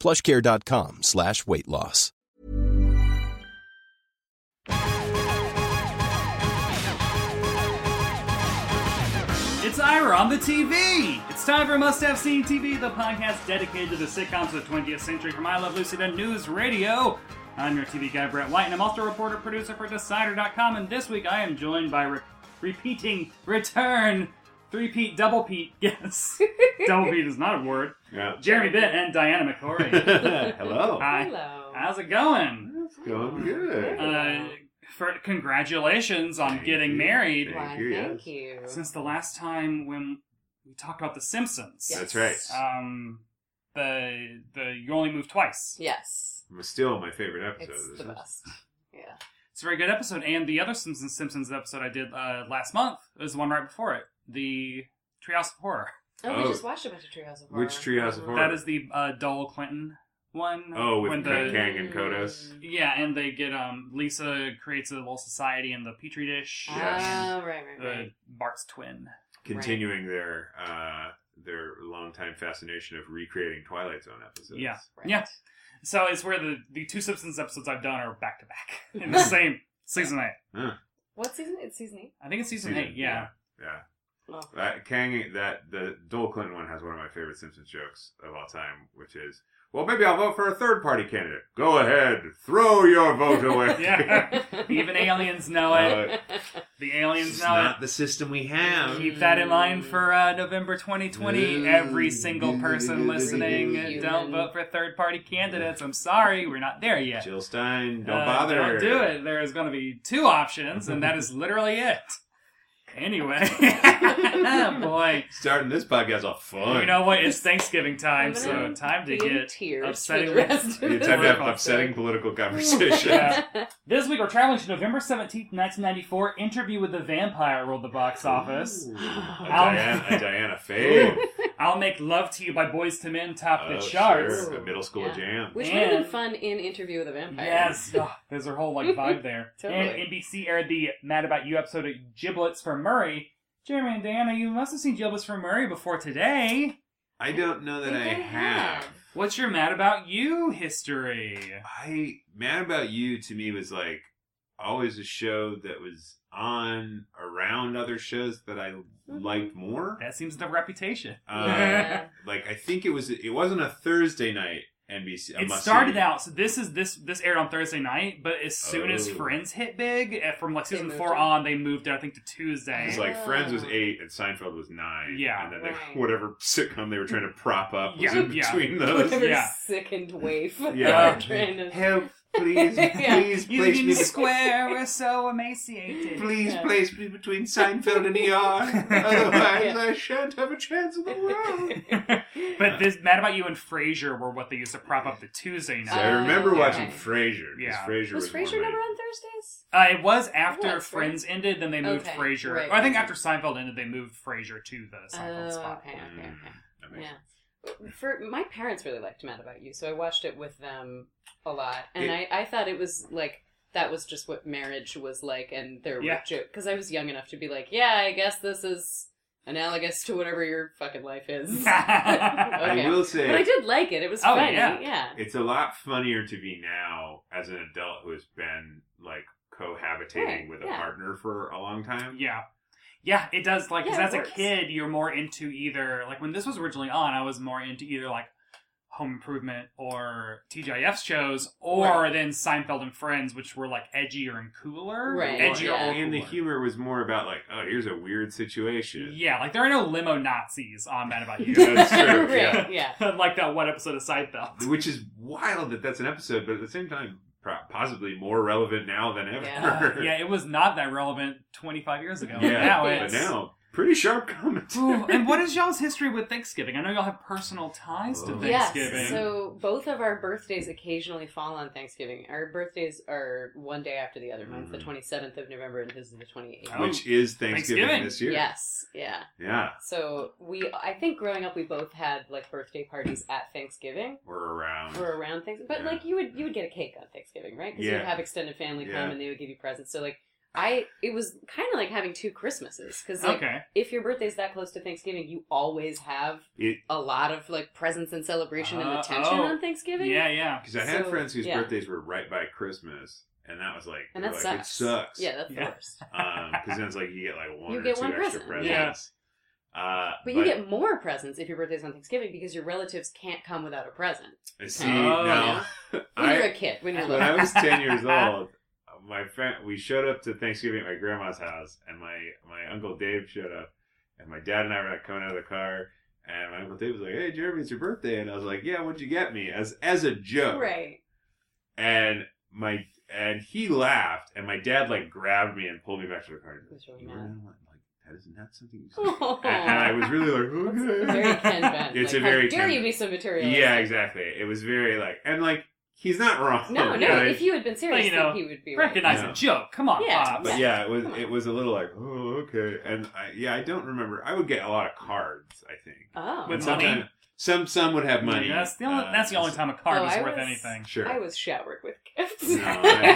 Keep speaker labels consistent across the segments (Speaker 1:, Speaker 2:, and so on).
Speaker 1: plushcare.com slash weight loss.
Speaker 2: It's Ira on the TV. It's time for Must Have Seen TV, the podcast dedicated to the sitcoms of the 20th century from I Love Lucy to News Radio. I'm your TV guy, Brett White, and I'm also a reporter producer for Decider.com. And this week I am joined by re- repeating return three Pete double Pete. Yes, double Pete is not a word.
Speaker 3: Yeah.
Speaker 2: Jeremy Bitt and Diana McCory.
Speaker 3: Hello.
Speaker 2: Hi.
Speaker 4: Hello.
Speaker 2: How's it going?
Speaker 3: It's going good.
Speaker 2: Uh, for, congratulations on
Speaker 3: Thank
Speaker 2: getting
Speaker 3: you.
Speaker 2: married.
Speaker 3: Thank
Speaker 4: Why,
Speaker 3: you,
Speaker 4: thank you.
Speaker 2: Since the last time when we talked about The Simpsons.
Speaker 4: Yes.
Speaker 3: That's right.
Speaker 2: um the the you only move twice.
Speaker 4: Yes.
Speaker 3: I'm still my favorite episode.
Speaker 4: It's
Speaker 3: of
Speaker 4: the
Speaker 3: this.
Speaker 4: best. Yeah.
Speaker 2: It's a very good episode, and the other Simpsons Simpsons episode I did uh, last month was the one right before it, the Treehouse of Horror.
Speaker 4: Oh,
Speaker 3: Oh.
Speaker 4: we just watched a bunch of Treehouse of Horror.
Speaker 3: Which Treehouse of Horror?
Speaker 2: That is the uh, Dole Clinton one.
Speaker 3: Oh, with
Speaker 2: when
Speaker 3: Kang
Speaker 2: the
Speaker 3: Kang and Kodos.
Speaker 4: Mm.
Speaker 2: yeah, and they get um Lisa creates a little society in the petri dish.
Speaker 3: Yes.
Speaker 4: Ah, right, right,
Speaker 2: and
Speaker 4: right.
Speaker 2: The Bart's twin.
Speaker 3: Continuing their uh, their longtime fascination of recreating Twilight Zone episodes.
Speaker 2: Yeah.
Speaker 4: right.
Speaker 2: Yeah. So it's where the the two Simpsons episodes I've done are back to back in the same season eight.
Speaker 3: Huh.
Speaker 4: What season? It's season eight.
Speaker 2: I think it's season,
Speaker 3: Season-
Speaker 2: eight. Yeah.
Speaker 3: Yeah.
Speaker 4: Oh.
Speaker 3: That Kang that the Dole Clinton one has one of my favorite Simpsons jokes of all time, which is, "Well, maybe I'll vote for a third party candidate. Go ahead, throw your vote away."
Speaker 2: Yeah. Even E. aliens know it.
Speaker 3: Uh,
Speaker 2: The aliens
Speaker 3: it's
Speaker 2: know it.
Speaker 3: not the system we have.
Speaker 2: Keep that in mind for uh, November 2020. Every single person listening, don't vote for third party candidates. I'm sorry, we're not there yet.
Speaker 3: Jill Stein, don't
Speaker 2: Uh,
Speaker 3: bother.
Speaker 2: Don't do it. There is going to be two options, and that is literally it. Anyway, boy.
Speaker 3: Starting this podcast off fun.
Speaker 2: You know what? It's Thanksgiving time,
Speaker 4: I'm
Speaker 2: so
Speaker 4: gonna
Speaker 2: time to
Speaker 4: be in
Speaker 2: get
Speaker 4: tears for
Speaker 2: upsetting
Speaker 4: the
Speaker 2: with-
Speaker 4: rest of
Speaker 3: You
Speaker 4: this
Speaker 3: time to have
Speaker 2: Political
Speaker 3: upsetting political conversation.
Speaker 2: Yeah. This week we're traveling to November 17th, 1994. Interview with the Vampire ruled the box office. Oh,
Speaker 3: Ooh, a,
Speaker 2: I'll-
Speaker 3: Diana, a Diana fave.
Speaker 2: I'll Make Love to You by Boys to Men topped
Speaker 3: Oh,
Speaker 2: the charts.
Speaker 3: sure. A middle school
Speaker 4: Yeah.
Speaker 3: jam.
Speaker 4: Which would have
Speaker 2: And-
Speaker 4: been fun in Interview with a Vampire.
Speaker 2: Yes, Ugh, there's their whole like vibe there.
Speaker 4: Totally.
Speaker 2: And NBC aired the "Mad About You" episode of "Giblets for Murray." Jeremy and Diana, you must have seen "Giblets for Murray" before today.
Speaker 3: I don't know that I,
Speaker 4: Think I
Speaker 3: have.
Speaker 4: have.
Speaker 2: What's your "Mad About You" history?
Speaker 3: I Mad About You to me was like always a show that was on around other shows that I
Speaker 2: Mm-hmm.
Speaker 3: liked more.
Speaker 2: That seems the reputation.
Speaker 3: Uh,
Speaker 4: Yeah.
Speaker 3: Like I think it was it wasn't a Thursday night NBC. a
Speaker 2: it
Speaker 3: must-see.
Speaker 2: started out so this is this this aired on Thursday night, but as soon as
Speaker 3: Oh.
Speaker 2: Friends hit big, eh, from like
Speaker 4: They
Speaker 2: season
Speaker 4: moved
Speaker 2: four
Speaker 4: it.
Speaker 2: on, they moved it I think to Tuesday.
Speaker 3: It was like Friends was eight and Seinfeld was nine.
Speaker 2: Yeah.
Speaker 3: and then they,
Speaker 4: Right.
Speaker 3: whatever sitcom they were trying to prop up was
Speaker 2: Yeah,
Speaker 3: in
Speaker 2: yeah.
Speaker 3: between those.
Speaker 4: Whatever
Speaker 2: Yeah.
Speaker 4: sickened waif.
Speaker 3: Uh, Yeah.
Speaker 4: Trying to-
Speaker 3: Help, please,
Speaker 4: Yeah.
Speaker 3: please place
Speaker 2: Union
Speaker 3: me.
Speaker 2: Square, we're so emaciated.
Speaker 3: Please
Speaker 4: Yeah.
Speaker 3: place me between Seinfeld and ER. Otherwise,
Speaker 4: Yeah.
Speaker 3: I shan't have a chance in the world.
Speaker 2: But this Mad About You and Frasier were what they used to prop up the Tuesday
Speaker 3: So I
Speaker 2: night.
Speaker 4: Uh,
Speaker 3: remember
Speaker 4: okay.
Speaker 3: watching Frasier.
Speaker 2: Yeah.
Speaker 3: Yeah. Frasier
Speaker 4: was
Speaker 3: was, one of
Speaker 4: Frasier
Speaker 3: my-
Speaker 4: never on Thursdays?
Speaker 2: Uh, it was after
Speaker 4: It was, right?
Speaker 2: Friends ended, then they moved
Speaker 4: Okay,
Speaker 2: Frasier.
Speaker 4: right,
Speaker 2: or I think
Speaker 4: right.
Speaker 2: after Seinfeld ended, they moved Frasier to the Seinfeld
Speaker 4: Oh,
Speaker 2: spot.
Speaker 4: okay, okay, okay.
Speaker 3: That makes-
Speaker 4: Yeah. For my parents really liked Mad About You, so I watched it with them a lot, and
Speaker 3: It-
Speaker 4: I, I thought it was like that was just what marriage was like, and there were
Speaker 2: Yeah.
Speaker 4: jokes because I was young enough to be like, yeah, I guess this is analogous to whatever your fucking life is.
Speaker 2: I
Speaker 4: Okay.
Speaker 3: I will
Speaker 4: But I
Speaker 3: say,
Speaker 4: did like it; it was
Speaker 2: Oh,
Speaker 4: funny.
Speaker 2: yeah.
Speaker 4: Yeah.
Speaker 3: it's a lot funnier to be now as an adult who has been like cohabitating
Speaker 4: Right,
Speaker 3: with a
Speaker 4: yeah.
Speaker 3: partner for a long time.
Speaker 2: Um, Yeah. Yeah, it does. Like, 'cause
Speaker 4: Yeah, it
Speaker 2: as a
Speaker 4: works.
Speaker 2: kid, you're more into either, like, when this was originally on, I was more into either, like, Home Improvement or TGIF's shows, or
Speaker 4: Right.
Speaker 2: then Seinfeld and Friends, which were like edgier and cooler,
Speaker 4: Right,
Speaker 2: Edgier
Speaker 4: yeah.
Speaker 2: or
Speaker 3: and the
Speaker 2: cooler.
Speaker 3: humor was more about like, oh, here's a weird situation.
Speaker 2: Yeah, like there are no limo Nazis on Mad About You.
Speaker 3: Yeah, that's true.
Speaker 4: Right, yeah.
Speaker 2: like that one episode of Seinfeld.
Speaker 3: Which is wild that that's an episode, but at the same time, pro- possibly more relevant now than ever.
Speaker 4: Yeah.
Speaker 2: Uh, yeah, it was not that relevant 25 years ago.
Speaker 3: Yeah,
Speaker 2: now
Speaker 3: but
Speaker 2: it's.
Speaker 3: now, pretty sharp comments.
Speaker 2: Ooh, and what is y'all's history with Thanksgiving? I know y'all have personal ties to
Speaker 3: Oh.
Speaker 4: Yes,
Speaker 2: Thanksgiving.
Speaker 4: so both of our birthdays occasionally fall on Thanksgiving. Our birthdays are one day after the other. Mine's the
Speaker 3: Mhm.
Speaker 4: 27th of November and his is the 28th.
Speaker 2: Mm-hmm. Oh,
Speaker 3: Which is Thanksgiving,
Speaker 2: Thanksgiving.
Speaker 3: this year.
Speaker 4: Yes, yeah.
Speaker 3: Yeah.
Speaker 4: So we, I think growing up, we both had like birthday parties at Thanksgiving
Speaker 3: We're
Speaker 2: Um,
Speaker 3: around.
Speaker 4: or around Thanksgiving. But
Speaker 3: Yeah.
Speaker 4: like you would, you would get a cake on Thanksgiving, right? Because
Speaker 3: Yeah.
Speaker 4: you'd have extended family come
Speaker 3: Yeah.
Speaker 4: and they would give you presents. So like I, it was kind of like having two Christmases because like
Speaker 2: okay.
Speaker 4: if your birthday's that close to Thanksgiving, you always have
Speaker 3: It,
Speaker 4: a lot of like presents and celebration and
Speaker 2: Uh,
Speaker 4: attention
Speaker 2: oh.
Speaker 4: on Thanksgiving.
Speaker 2: Yeah, yeah.
Speaker 3: Because I had
Speaker 4: So,
Speaker 3: friends whose
Speaker 4: yeah.
Speaker 3: birthdays were right by Christmas, and that was like,
Speaker 4: And
Speaker 3: they
Speaker 4: that
Speaker 3: were like,
Speaker 4: sucks.
Speaker 3: It sucks.
Speaker 4: Yeah, that's the
Speaker 2: Yeah.
Speaker 4: worst.
Speaker 3: Because then it's like you get like one
Speaker 4: You
Speaker 3: or
Speaker 4: get
Speaker 3: two
Speaker 4: one
Speaker 3: extra
Speaker 4: present.
Speaker 3: presents. Uh,
Speaker 4: But you get more presents if your birthday's on Thanksgiving because your relatives can't come without a present.
Speaker 3: see
Speaker 2: Oh.
Speaker 3: now.
Speaker 4: When
Speaker 3: I,
Speaker 4: you're a kid, when you're
Speaker 3: when
Speaker 4: little.
Speaker 3: I was ten years old, my friend we showed up to Thanksgiving at my grandma's house, and my my uncle Dave showed up, and my dad and I were like, coming out of the car, and my uncle Dave was like, "Hey Jeremy, it's your birthday," and I was like, "Yeah, what'd you get me?" as as a joke,
Speaker 4: Right.
Speaker 3: and my and he laughed, and my dad like grabbed me and pulled me back to the car.
Speaker 4: He was really
Speaker 3: You were
Speaker 4: mad.
Speaker 3: not like that is not something you say.
Speaker 4: Oh.
Speaker 3: And, and I was really like, okay.
Speaker 4: very Ken Bent.
Speaker 3: It's
Speaker 4: like,
Speaker 3: a very
Speaker 4: how dare
Speaker 3: Ken
Speaker 4: you
Speaker 3: Bent.
Speaker 4: be so materialistic?
Speaker 3: yeah, exactly. It was very like, and like he's not wrong.
Speaker 4: No, no.
Speaker 3: You know,
Speaker 4: If you had been serious,
Speaker 2: Well, you know,
Speaker 4: then he would be right.
Speaker 2: Recognize
Speaker 3: Yeah.
Speaker 2: a joke. Come on,
Speaker 4: Yeah.
Speaker 2: Pops.
Speaker 3: But yeah, it was
Speaker 4: Come on.
Speaker 3: it was a little like, oh, okay. And I, yeah, I don't remember. I would get a lot of cards. I think.
Speaker 4: Oh,
Speaker 2: With
Speaker 3: And sometimes-
Speaker 2: money?
Speaker 3: Some some would have money.
Speaker 2: That's the only,
Speaker 3: Uh,
Speaker 2: that's the only time a card
Speaker 4: Oh,
Speaker 2: is
Speaker 4: I
Speaker 2: worth
Speaker 4: was-
Speaker 2: anything.
Speaker 3: Sure.
Speaker 4: I was showered with gifts.
Speaker 3: No.
Speaker 4: I always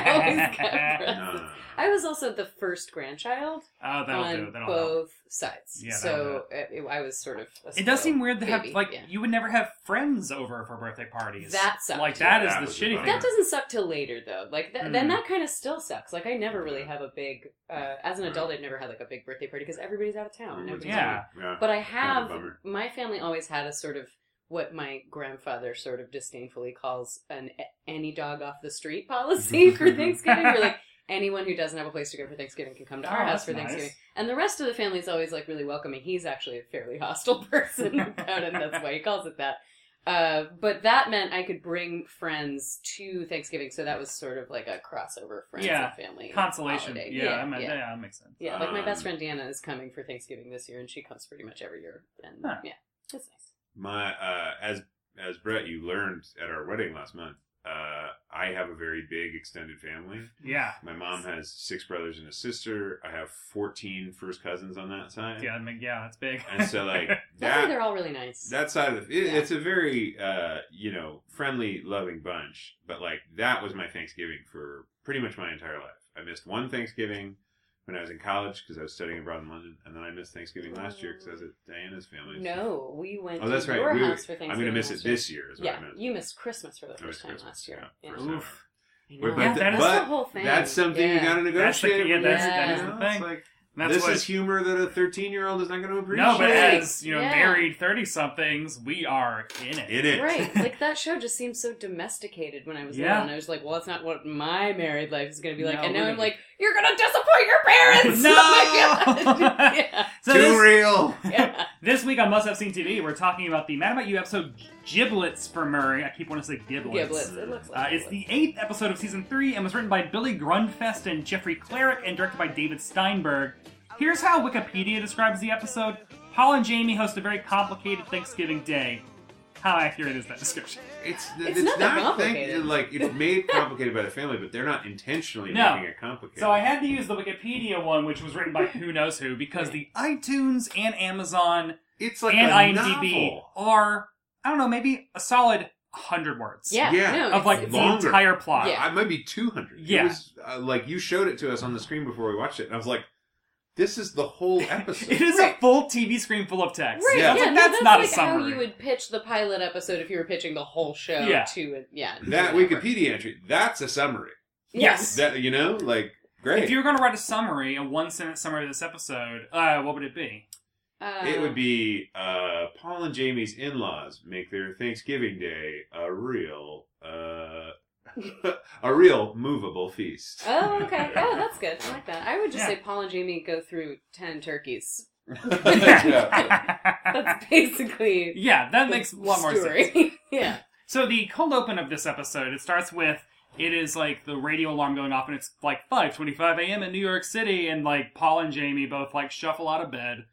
Speaker 3: No,
Speaker 4: got presents.
Speaker 3: no, no, no.
Speaker 4: I was also the first grandchild
Speaker 2: Oh, that'll
Speaker 4: on
Speaker 2: do. That'll help.
Speaker 4: both sides.
Speaker 2: Yeah, that'll
Speaker 4: so it, I was sort of. A
Speaker 2: It does
Speaker 4: spoiled
Speaker 2: seem weird to have
Speaker 4: baby,
Speaker 2: like
Speaker 4: yeah.
Speaker 2: you would never have friends over for birthday parties.
Speaker 4: That sucked.
Speaker 2: like that is
Speaker 3: That was
Speaker 2: the shitty
Speaker 3: rough.
Speaker 2: thing.
Speaker 4: That doesn't suck till later though. Like th- then
Speaker 2: Mm.
Speaker 4: that kind of still sucks. Like I never really have a big. Uh, as an adult, I've never had like a big birthday party because everybody's out of town.
Speaker 3: Everyone's
Speaker 4: Nobody's
Speaker 2: Mm, Yeah.
Speaker 4: around.
Speaker 3: yeah.
Speaker 4: But I
Speaker 3: Kind
Speaker 4: have
Speaker 3: of a bummer.
Speaker 4: my family always had a sort of what my grandfather sort of disdainfully calls an a- any dog off the street policy for Thanksgiving. Where like anyone who doesn't have a place to go for Thanksgiving can come to our
Speaker 2: Oh, that's
Speaker 4: house for
Speaker 2: nice.
Speaker 4: Thanksgiving. And the rest of the family's always like really welcoming. He's actually a fairly hostile person about it, and that's why he calls it that. Uh, but that meant I could bring friends to Thanksgiving, so that was sort of like a crossover friends
Speaker 2: Yeah.
Speaker 4: and family
Speaker 2: Consolation.
Speaker 4: holiday.
Speaker 2: Yeah, I mean,
Speaker 4: yeah.
Speaker 2: yeah. that makes sense.
Speaker 4: Yeah, like my
Speaker 3: Um,
Speaker 4: best friend Deanna is coming for Thanksgiving this year, and she comes pretty much every year. And
Speaker 2: Huh.
Speaker 4: yeah, that's nice.
Speaker 3: My uh, as as Brett, you learned at our wedding last month. Uh, I have a very big extended family.
Speaker 2: Yeah,
Speaker 3: My mom has six brothers and a sister. I have 14 first cousins on that side.
Speaker 2: yeah, I mean, yeah, that's big.
Speaker 3: And so like
Speaker 4: Luckily,
Speaker 3: that
Speaker 4: they're all really nice.
Speaker 3: that side of the, it,
Speaker 4: Yeah.
Speaker 3: it's a very uh, you know friendly, loving bunch. But like that was my Thanksgiving for pretty much my entire life. I missed one Thanksgiving when I was in college because I was studying abroad in London, and then I missed Thanksgiving last year because I was at Diana's family.
Speaker 4: no, we went
Speaker 3: Oh, that's
Speaker 4: to
Speaker 3: right.
Speaker 4: your
Speaker 3: We-
Speaker 4: house for Thanksgiving.
Speaker 3: I'm gonna miss
Speaker 4: last
Speaker 3: it
Speaker 4: year.
Speaker 3: this year. Is what
Speaker 4: Yeah,
Speaker 3: I meant.
Speaker 4: you missed Christmas for
Speaker 3: I
Speaker 4: the
Speaker 3: missed
Speaker 4: first time
Speaker 3: Christmas,
Speaker 4: last year.
Speaker 3: yeah,
Speaker 4: Yeah,
Speaker 3: first
Speaker 2: Oof.
Speaker 3: time.
Speaker 4: I
Speaker 3: But-
Speaker 4: know.
Speaker 3: but
Speaker 4: that's
Speaker 3: the-
Speaker 4: the whole thing.
Speaker 3: That's something
Speaker 4: yeah.
Speaker 3: you got to
Speaker 2: That's the-
Speaker 3: negotiate.
Speaker 2: yeah,
Speaker 3: with.
Speaker 2: that's-
Speaker 4: that is
Speaker 3: You know,
Speaker 2: the
Speaker 3: it's
Speaker 2: thing. And
Speaker 3: like,
Speaker 2: that's
Speaker 3: this
Speaker 2: what-
Speaker 3: is humor that a 13 year old is not going to appreciate.
Speaker 2: no, but
Speaker 4: Right.
Speaker 2: as you know,
Speaker 4: Yeah.
Speaker 2: married thirty somethings, we are in it.
Speaker 3: in it.
Speaker 4: Right, like that show just seemed so domesticated when I was
Speaker 2: Yeah.
Speaker 4: little, and I was like, "Well, that's not what my married life is going to be like."
Speaker 2: No,
Speaker 4: and
Speaker 2: we're
Speaker 4: now I'm
Speaker 2: gonna be-
Speaker 4: like, "You're going to disappoint your parents!"
Speaker 2: No!
Speaker 4: Oh my God. yeah,
Speaker 2: So
Speaker 3: Too
Speaker 2: this,
Speaker 3: real.
Speaker 4: yeah.
Speaker 2: this week on Must Have Seen TV, we're talking about the Mad About You episode "Giblets" for Murray. I keep wanting to say giblets.
Speaker 4: Giblets. It looks
Speaker 2: Uh,
Speaker 4: like
Speaker 2: it's the
Speaker 4: giblets.
Speaker 2: eighth episode of season three and was written by Billy Grundfest and Jeffrey Clarick and directed by David Steinberg. Here's how Wikipedia describes the episode Paul and Jamie host a very complicated Thanksgiving day. How accurate is that description?
Speaker 3: It's,
Speaker 4: It's not that complicated.
Speaker 3: like it's made complicated by the family, but they're not intentionally
Speaker 2: No.
Speaker 3: making it complicated.
Speaker 2: So I had to use the Wikipedia one, which was written by who knows who, because the iTunes and Amazon
Speaker 3: it's like
Speaker 2: and
Speaker 3: a
Speaker 2: IMDb
Speaker 3: novel.
Speaker 2: are, I don't know, maybe a solid 100 words
Speaker 4: yeah,
Speaker 3: Yeah.
Speaker 4: no,
Speaker 2: of
Speaker 4: it's-
Speaker 2: like
Speaker 4: it's-
Speaker 2: the
Speaker 3: Longer.
Speaker 2: entire plot.
Speaker 4: Yeah.
Speaker 3: I might be two hundred.
Speaker 2: Yeah.
Speaker 3: it was, uh, like you showed it to us on the screen before we watched it, and I was like, "This is the whole episode."
Speaker 2: It is a
Speaker 4: Right.
Speaker 2: full TV screen full of text.
Speaker 4: Right,
Speaker 3: Yeah.
Speaker 4: yeah,
Speaker 2: That's,
Speaker 4: no,
Speaker 2: that's not
Speaker 4: like
Speaker 2: a summary.
Speaker 4: How you would pitch the pilot episode if you were pitching the whole show
Speaker 2: Yeah.
Speaker 4: to it. Yeah,
Speaker 3: that
Speaker 4: whatever.
Speaker 3: Wikipedia entry. That's a summary.
Speaker 2: Yes.
Speaker 3: That you know, like great.
Speaker 2: If you were going to write a summary, a one sentence summary of this episode, uh, what would it be?
Speaker 4: Uh,
Speaker 3: It would be uh, Paul and Jamie's in laws make their Thanksgiving Day a real uh, a real movable feast.
Speaker 4: Oh, okay. Oh, that's good. I like that. I would just
Speaker 2: Yeah.
Speaker 4: say Paul and Jamie go through 10 turkeys.
Speaker 3: Yeah.
Speaker 4: That's basically.
Speaker 2: yeah, that makes a lot more sense.
Speaker 4: sense. yeah.
Speaker 2: So the cold open of this episode, it starts with it is like the radio alarm going off and it's like 5:25 a.m. in New York City and like Paul and Jamie both like shuffle out of bed,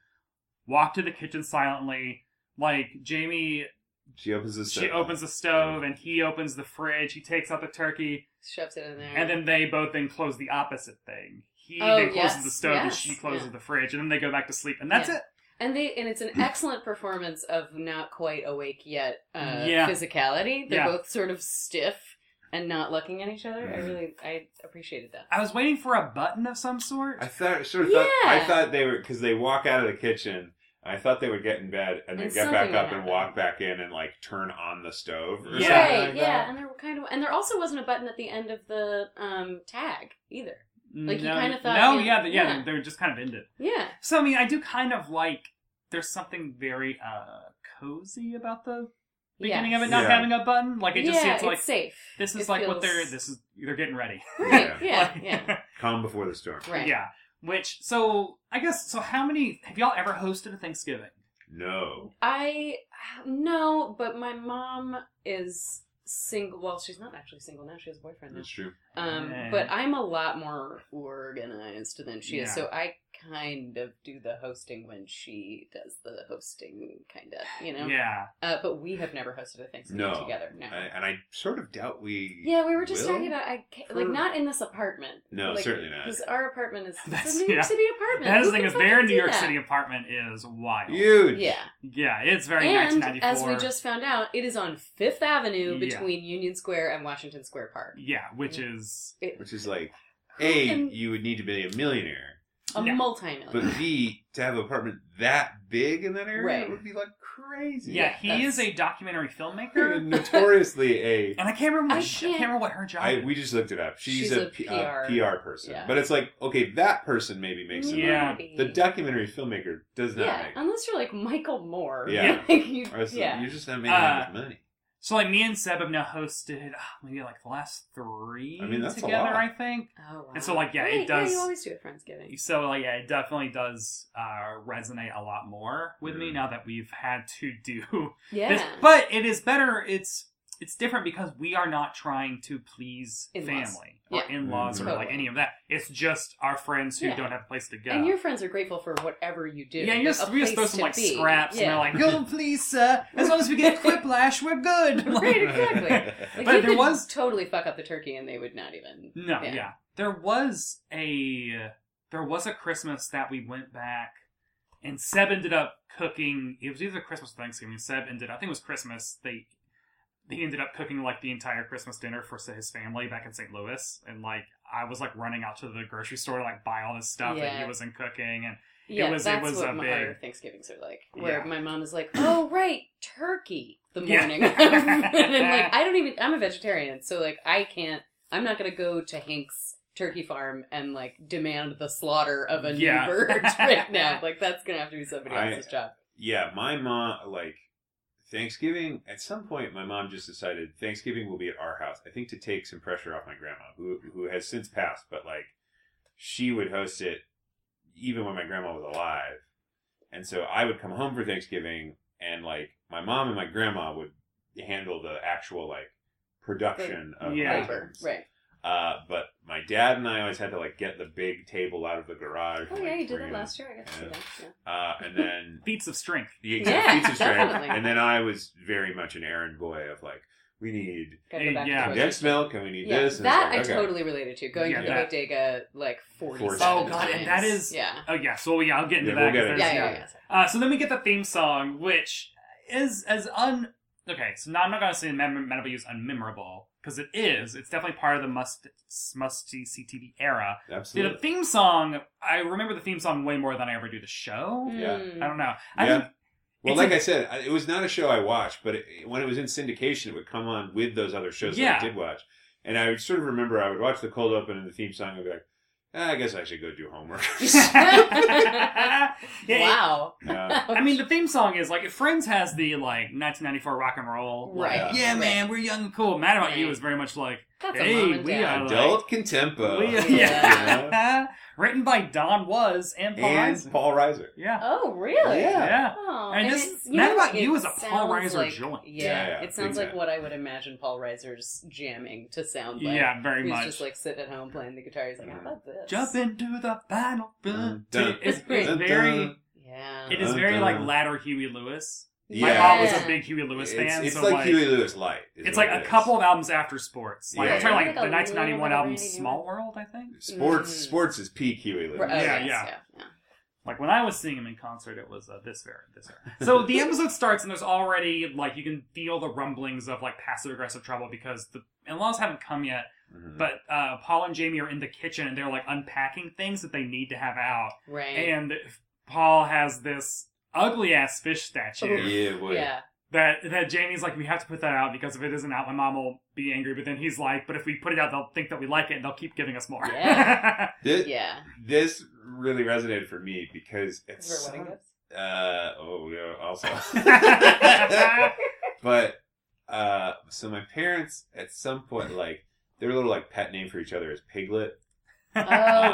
Speaker 2: walk to the kitchen silently, like Jamie
Speaker 3: She opens the
Speaker 2: she opens the stove and he opens the fridge, he takes out the turkey
Speaker 4: Shoves it in there.
Speaker 2: and then they both then close the opposite thing. He
Speaker 4: Mm-hmm. Oh,
Speaker 2: then closes
Speaker 4: yes,
Speaker 2: the stove and
Speaker 4: yes,
Speaker 2: she closes
Speaker 4: yeah.
Speaker 2: the fridge and then they go back to sleep and that's
Speaker 4: Yeah.
Speaker 2: it.
Speaker 4: And they and it's an excellent performance of not quite awake yet uh,
Speaker 2: Yeah.
Speaker 4: physicality. They're
Speaker 2: Yeah.
Speaker 4: both sort of stiff and not looking at each other. I
Speaker 3: Mhm.
Speaker 4: really I appreciated that.
Speaker 2: I was waiting for a button of some sort.
Speaker 3: I thought, sort of thought, I
Speaker 4: Yeah.
Speaker 3: thought they were because they walk out of the kitchen. I thought they would get in bed and then
Speaker 4: And
Speaker 3: get
Speaker 4: something
Speaker 3: back
Speaker 4: would
Speaker 3: up and
Speaker 4: happen.
Speaker 3: walk back in and like turn on the stove. Or
Speaker 2: Yeah.
Speaker 3: something
Speaker 4: Right,
Speaker 3: like
Speaker 4: yeah,
Speaker 3: that.
Speaker 4: and there were kind of and there also wasn't a button at the end of the um tag either. Like, you
Speaker 2: no,
Speaker 4: kinda thought
Speaker 2: No,
Speaker 4: it-
Speaker 2: yeah, the- yeah,
Speaker 4: yeah.
Speaker 2: they're just kind of ended.
Speaker 4: Yeah.
Speaker 2: So I mean, I do kind of like. There's something very uh cozy about the beginning of it not
Speaker 3: Yes. Yeah.
Speaker 2: having a button. Like it just
Speaker 4: yeah,
Speaker 2: seems like
Speaker 4: safe.
Speaker 2: this is
Speaker 4: It
Speaker 2: like what
Speaker 4: feels-
Speaker 2: they're. This is they're getting ready.
Speaker 4: Right,
Speaker 3: Yeah.
Speaker 4: yeah,
Speaker 2: Like-
Speaker 4: yeah.
Speaker 3: Calm before the storm.
Speaker 4: Right.
Speaker 2: Yeah. Which so I guess so. How many have y'all ever hosted a Thanksgiving?
Speaker 3: No.
Speaker 4: I no, but my mom is single. Well, she's not actually single now. She has a boyfriend now.
Speaker 2: Mm.
Speaker 3: That's true.
Speaker 4: Um,
Speaker 2: Yeah.
Speaker 4: but I'm a lot more organized than she is,
Speaker 2: Yeah.
Speaker 4: so I kind of do the hosting when she does the hosting, kind of, you know.
Speaker 2: Yeah.
Speaker 4: Uh, but we have never hosted a Thanksgiving
Speaker 3: No.
Speaker 4: together. No.
Speaker 3: I, and I sort of doubt we.
Speaker 4: yeah, we were just
Speaker 3: will?
Speaker 4: talking about I ca- like
Speaker 3: For-
Speaker 4: not in this apartment.
Speaker 3: No,
Speaker 4: like,
Speaker 3: certainly not.
Speaker 4: Because our apartment is it's
Speaker 2: That's-
Speaker 4: a New York
Speaker 2: yeah.
Speaker 4: City apartment.
Speaker 2: That is the
Speaker 4: Who
Speaker 2: thing
Speaker 4: can
Speaker 2: is their
Speaker 4: fucking
Speaker 2: New
Speaker 4: do
Speaker 2: York
Speaker 4: that?
Speaker 2: City apartment is wild.
Speaker 3: Huge.
Speaker 4: Yeah.
Speaker 2: Yeah, it's very
Speaker 4: and
Speaker 2: 1994.
Speaker 4: as we just found out, it is on Fifth Avenue
Speaker 2: Yeah.
Speaker 4: between Union Square and Washington Square Park.
Speaker 2: yeah, which is
Speaker 4: It,
Speaker 3: Which is like,
Speaker 4: Who
Speaker 3: a
Speaker 4: can-
Speaker 3: you would need to be a millionaire,
Speaker 4: a
Speaker 2: Yeah.
Speaker 4: multi-million.
Speaker 3: but b to have an apartment that big in that area
Speaker 4: Right.
Speaker 3: would be like crazy.
Speaker 2: yeah, he
Speaker 4: that's-
Speaker 2: is a documentary filmmaker, and
Speaker 3: Notoriously a
Speaker 2: I can't remember.
Speaker 4: I
Speaker 2: What she, I can't
Speaker 4: can't-
Speaker 2: remember what her job.
Speaker 3: I
Speaker 2: is.
Speaker 3: we just looked it up. She's,
Speaker 4: She's
Speaker 3: a,
Speaker 4: a
Speaker 3: P-
Speaker 4: PR.
Speaker 3: PR person,
Speaker 4: Yeah.
Speaker 3: but it's like okay, that person maybe makes some
Speaker 2: Yeah.
Speaker 3: money. The documentary filmmaker does not
Speaker 4: yeah,
Speaker 3: make.
Speaker 4: unless you're like Michael Moore.
Speaker 3: Yeah.
Speaker 4: Like, you-
Speaker 3: Or it's-
Speaker 4: yeah.
Speaker 3: You're just not making that
Speaker 2: Uh,
Speaker 3: much money.
Speaker 2: So like me and Seb have now hosted ah, maybe like the last three
Speaker 3: I mean, that's a
Speaker 2: together,
Speaker 3: lot.
Speaker 2: I think.
Speaker 4: Oh, wow.
Speaker 2: And so, like, yeah, it
Speaker 4: Right,
Speaker 2: does-
Speaker 4: Yeah, you always do it Friendsgiving.
Speaker 2: So like yeah, it definitely does uh, resonate a lot more with me
Speaker 3: Mm.
Speaker 2: now that we've had to do
Speaker 4: Yeah.
Speaker 2: this. But it is better. It's it's different because we are not trying to please
Speaker 4: In-laws.
Speaker 2: family or
Speaker 4: Yeah.
Speaker 2: in-laws or like
Speaker 4: Totally.
Speaker 2: any of that. It's just our friends who
Speaker 4: Yeah.
Speaker 2: don't have a place to go.
Speaker 4: And your friends are grateful for whatever you do.
Speaker 2: yeah,
Speaker 4: like,
Speaker 2: you're,
Speaker 4: a
Speaker 2: just- we're just supposed
Speaker 4: place
Speaker 2: to
Speaker 4: to
Speaker 2: like
Speaker 4: be.
Speaker 2: scraps,
Speaker 4: Yeah.
Speaker 2: and they're like, "Yo, please, sir, as long as we get quiplash, we're good." Like-
Speaker 4: Right, exactly. Like,
Speaker 2: But there
Speaker 4: you could
Speaker 2: was-
Speaker 4: totally fuck up the turkey, and they would not even.
Speaker 2: No, yeah.
Speaker 4: Yeah.
Speaker 2: There was a there was a Christmas that we went back and Seb ended up cooking it was either Christmas or Thanksgiving. Seb ended I think it was Christmas. They he ended up cooking like the entire Christmas dinner for his family back in St. Louis and like I was like running out to the grocery store to like buy all this stuff and
Speaker 4: Yeah.
Speaker 2: he wasn't cooking and
Speaker 4: Yeah,
Speaker 2: was- it
Speaker 4: that's
Speaker 2: was
Speaker 4: what
Speaker 2: a
Speaker 4: my
Speaker 2: big-
Speaker 4: our Thanksgivings are like. Where
Speaker 2: Yeah.
Speaker 4: my mom is like, "Oh right, turkey." The
Speaker 2: Yeah.
Speaker 4: morning, of." and I'm like, I don't even. I'm a vegetarian, so like, I can't. I'm not gonna go to Hank's turkey farm and like demand the slaughter of a
Speaker 2: Yeah.
Speaker 4: new bird right now. Like that's gonna have to be somebody
Speaker 3: I-
Speaker 4: else's job.
Speaker 3: Yeah, my mom like Thanksgiving. At some point, my mom just decided Thanksgiving will be at our house. I think to take some pressure off my grandma, who who has since passed, but like she would host it even when my grandma was alive, and so I would come home for Thanksgiving, and like my mom and my grandma would handle the actual like production of
Speaker 2: Yeah.
Speaker 4: Labor,
Speaker 3: items.
Speaker 4: right?
Speaker 3: Uh, but my dad and I always had to like get the big table out of the garage.
Speaker 4: Oh
Speaker 3: and,
Speaker 4: yeah,
Speaker 3: like,
Speaker 4: you did
Speaker 3: bring
Speaker 4: that
Speaker 3: it.
Speaker 4: last year. I guess.
Speaker 3: Yeah.
Speaker 4: Yeah. yeah.
Speaker 3: Uh, and then
Speaker 2: feats of strength.
Speaker 3: the
Speaker 4: Yeah,
Speaker 3: exact pizza strand.
Speaker 4: definitely.
Speaker 3: And then I was very much an errand boy of like, we need
Speaker 4: Gotta go back to
Speaker 2: Yeah.
Speaker 4: the grocery
Speaker 3: condensed milk and we need
Speaker 4: Yeah,
Speaker 3: this. And
Speaker 4: that I
Speaker 3: it's like, okay.
Speaker 4: totally related to. Going
Speaker 2: Yeah,
Speaker 4: to the
Speaker 2: that-
Speaker 4: bodega like 47
Speaker 3: Oh,
Speaker 2: God, and that
Speaker 4: times.
Speaker 2: is-
Speaker 4: yeah,
Speaker 2: Oh yeah, so yeah, I'll get into
Speaker 3: Yeah,
Speaker 2: that. 'cause
Speaker 3: we'll get
Speaker 4: yeah,
Speaker 3: is-
Speaker 4: yeah,
Speaker 2: there's-
Speaker 4: yeah. yeah.
Speaker 2: Uh, so then we get the theme song, which is as un. Okay, so now I'm not gonna say mem- memorable use unmemorable because it is. It's definitely part of the must must see CTV era. The
Speaker 3: Absolutely.
Speaker 2: theme song, I remember the theme song way more than I ever do the show.
Speaker 3: Yeah.
Speaker 4: Mm.
Speaker 2: I don't know. I
Speaker 3: Yeah.
Speaker 2: think it's
Speaker 3: Well, like
Speaker 2: a-
Speaker 3: I said, I- it was not a show I watched, but it, when it was in syndication, it would come on with those other shows
Speaker 2: Yeah.
Speaker 3: that I did watch. And I would sort of remember I would watch the cold open and the theme song and be like, "Ah, I guess I should go do homework.
Speaker 2: Yeah, it-
Speaker 4: wow.
Speaker 3: Yeah.
Speaker 2: I mean, the theme song is like Friends has the like 1994 rock and roll. like,
Speaker 4: Right.
Speaker 2: yeah,
Speaker 4: Right.
Speaker 2: man, we're young and cool. Mad About You
Speaker 4: Right.
Speaker 2: is very much like.
Speaker 4: That's
Speaker 2: Hey,
Speaker 4: a mom and
Speaker 2: we
Speaker 4: dad.
Speaker 2: are-
Speaker 3: Adult contempo.
Speaker 2: we-
Speaker 4: Yeah.
Speaker 3: Yeah.
Speaker 2: yeah. Written by Don Was and Paul
Speaker 3: And
Speaker 2: Rising.
Speaker 3: Paul Reiser.
Speaker 2: Yeah.
Speaker 4: Oh, really?
Speaker 3: Yeah.
Speaker 2: Yeah.
Speaker 4: Oh,
Speaker 2: And this-
Speaker 4: it's-
Speaker 2: Mad
Speaker 4: know,
Speaker 2: About You
Speaker 4: it
Speaker 2: is a Paul
Speaker 4: sounds
Speaker 2: Reiser
Speaker 4: like-
Speaker 2: joint.
Speaker 4: Yeah,
Speaker 3: Yeah, yeah,
Speaker 4: it sounds like
Speaker 3: exactly.
Speaker 4: what I would imagine Paul Reiser's jamming to sound like.
Speaker 2: Yeah, very
Speaker 4: He's
Speaker 2: much.
Speaker 4: just like sitting at home playing the guitar. He's like, how about this?
Speaker 2: Jump into the final
Speaker 3: Mm, Dun,
Speaker 2: frontier. It's, it's
Speaker 3: dun,
Speaker 2: very.
Speaker 3: dun.
Speaker 4: Yeah.
Speaker 2: It is very like latter Huey Lewis. My
Speaker 4: Yeah.
Speaker 2: mom was a big Huey Lewis
Speaker 3: It's,
Speaker 2: fan,
Speaker 3: it's
Speaker 2: so
Speaker 3: like,
Speaker 2: like,
Speaker 3: Huey Lewis light. is
Speaker 2: it's
Speaker 3: what
Speaker 2: like
Speaker 3: it
Speaker 2: a
Speaker 3: is.
Speaker 2: couple of albums after Sports. Like
Speaker 3: Yeah.
Speaker 2: I'm talking like
Speaker 4: Like a
Speaker 2: the 1991
Speaker 4: little
Speaker 2: album
Speaker 4: Randy
Speaker 2: Small
Speaker 4: Newman.
Speaker 2: World, I think.
Speaker 3: sports.
Speaker 4: Mm.
Speaker 3: Sports is peak Huey Lewis.
Speaker 4: Right, oh,
Speaker 2: Yeah,
Speaker 4: yes,
Speaker 2: yeah.
Speaker 4: yeah.
Speaker 2: Like when I was seeing him in concert, it was uh, this era, this era. So the episode starts, and there's already like you can feel the rumblings of like passive aggressive trouble because the in-laws haven't come yet.
Speaker 3: Mhm.
Speaker 2: But uh, Paul and Jamie are in the kitchen, and they're like unpacking things that they need to have out.
Speaker 4: Right.
Speaker 2: And Paul has this ugly ass fish statue.
Speaker 4: Oh.
Speaker 3: yeah, boy.
Speaker 4: yeah.
Speaker 2: that that Jamie's like, we have to put that out because if it isn't out, my mom will be angry. But then he's like, but if we put it out, they'll think that we like it and they'll keep giving us more.
Speaker 4: Yeah.
Speaker 3: Thi- This,
Speaker 4: Yeah.
Speaker 3: really resonated for me because
Speaker 4: For
Speaker 3: it's
Speaker 4: wedding gifts?
Speaker 3: uh oh yeah also
Speaker 2: yeah.
Speaker 3: but uh so my parents at some point like their little like pet name for each other is Piglet
Speaker 4: Oh,
Speaker 3: And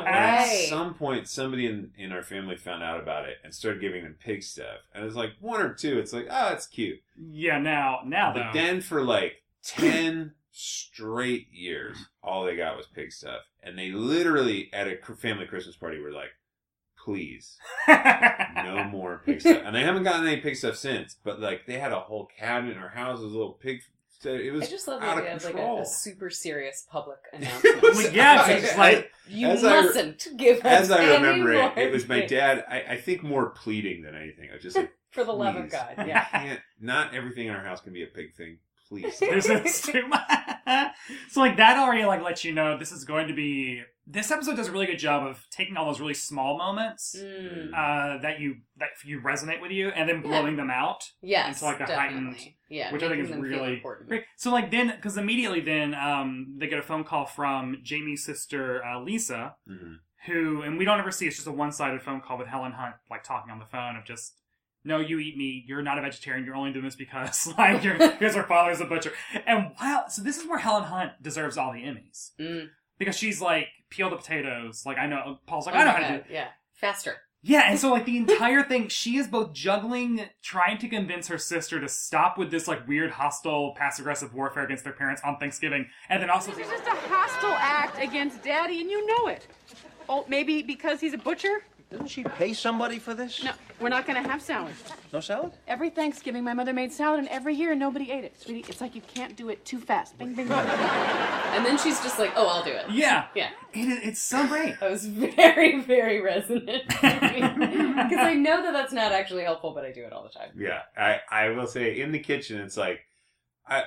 Speaker 4: Right.
Speaker 3: at some point, somebody in, in our family found out about it and started giving them pig stuff. And it's like one or two. It's like, oh, it's cute.
Speaker 2: Now, now
Speaker 3: But
Speaker 2: though,
Speaker 3: then for like 10 straight years, all they got was pig stuff. And they literally, at a cr- family Christmas party, were like, please, no more pig stuff. And they haven't gotten any pig stuff since. But like, they had a whole cabinet in our house with little pig stuff. It was
Speaker 4: I just love
Speaker 3: out
Speaker 4: that
Speaker 3: of
Speaker 4: we have like a,
Speaker 3: control.
Speaker 4: a super serious public
Speaker 3: It was-
Speaker 4: announcement.
Speaker 2: Well, yeah, it's just like-
Speaker 4: you
Speaker 3: As I re-
Speaker 4: mustn't give us
Speaker 3: As I remember
Speaker 4: any
Speaker 3: it,
Speaker 4: more
Speaker 3: it was my
Speaker 4: gifts.
Speaker 3: dad. I, I think more pleading than anything. I was just like,
Speaker 4: For the love of
Speaker 3: Please.
Speaker 4: God, yeah.
Speaker 3: can't not everything in our house can be a pig thing. Please.
Speaker 2: this is too much. so like that already like lets you know this is going to be. This episode does a really good job of taking all those really small moments
Speaker 4: Mm.
Speaker 2: uh, that you that you resonate with you, and then
Speaker 4: Yeah.
Speaker 2: blowing them out.
Speaker 4: Yes,
Speaker 2: It's like a heightened-
Speaker 4: definitely. yeah,
Speaker 2: which I think
Speaker 4: making
Speaker 2: is
Speaker 4: them feel
Speaker 2: really
Speaker 4: important.
Speaker 2: Great. So like then, because immediately then um, they get a phone call from Jamie's sister uh, Lisa,
Speaker 3: Mhm.
Speaker 2: who and we don't ever see it's just a one-sided phone call with Helen Hunt like talking on the phone of just. No, you eat me. You're not a vegetarian. You're only doing this because, like, your because her father's a butcher. And wow, so this is where Helen Hunt deserves all the Emmys
Speaker 4: Mm.
Speaker 2: because she's like, peel the potatoes. Like, I know Paul's like,
Speaker 4: Oh
Speaker 2: I know
Speaker 4: my
Speaker 2: how to do
Speaker 4: God, Yeah, faster.
Speaker 2: yeah, and so like the entire thing, she is both juggling, trying to convince her sister to stop with this like weird, hostile, passive aggressive warfare against their parents on Thanksgiving, and then also
Speaker 5: This is just a hostile act against Daddy, and you know it. Oh, maybe because he's a butcher?
Speaker 6: Didn't she pay somebody for this?
Speaker 5: No, we're not gonna have salad.
Speaker 6: No salad?
Speaker 5: Every Thanksgiving, my mother made salad, and every year nobody ate it. Sweetie, it's like you can't do it too fast. Bing, bing, bing.
Speaker 4: And then she's just like, "Oh, I'll do it."
Speaker 2: yeah,
Speaker 4: Yeah.
Speaker 2: it is, it's so great.
Speaker 4: That was very, very resonant because I know that that's not actually helpful, but I do it all the time.
Speaker 3: Yeah, I I will say in the kitchen, it's like, I,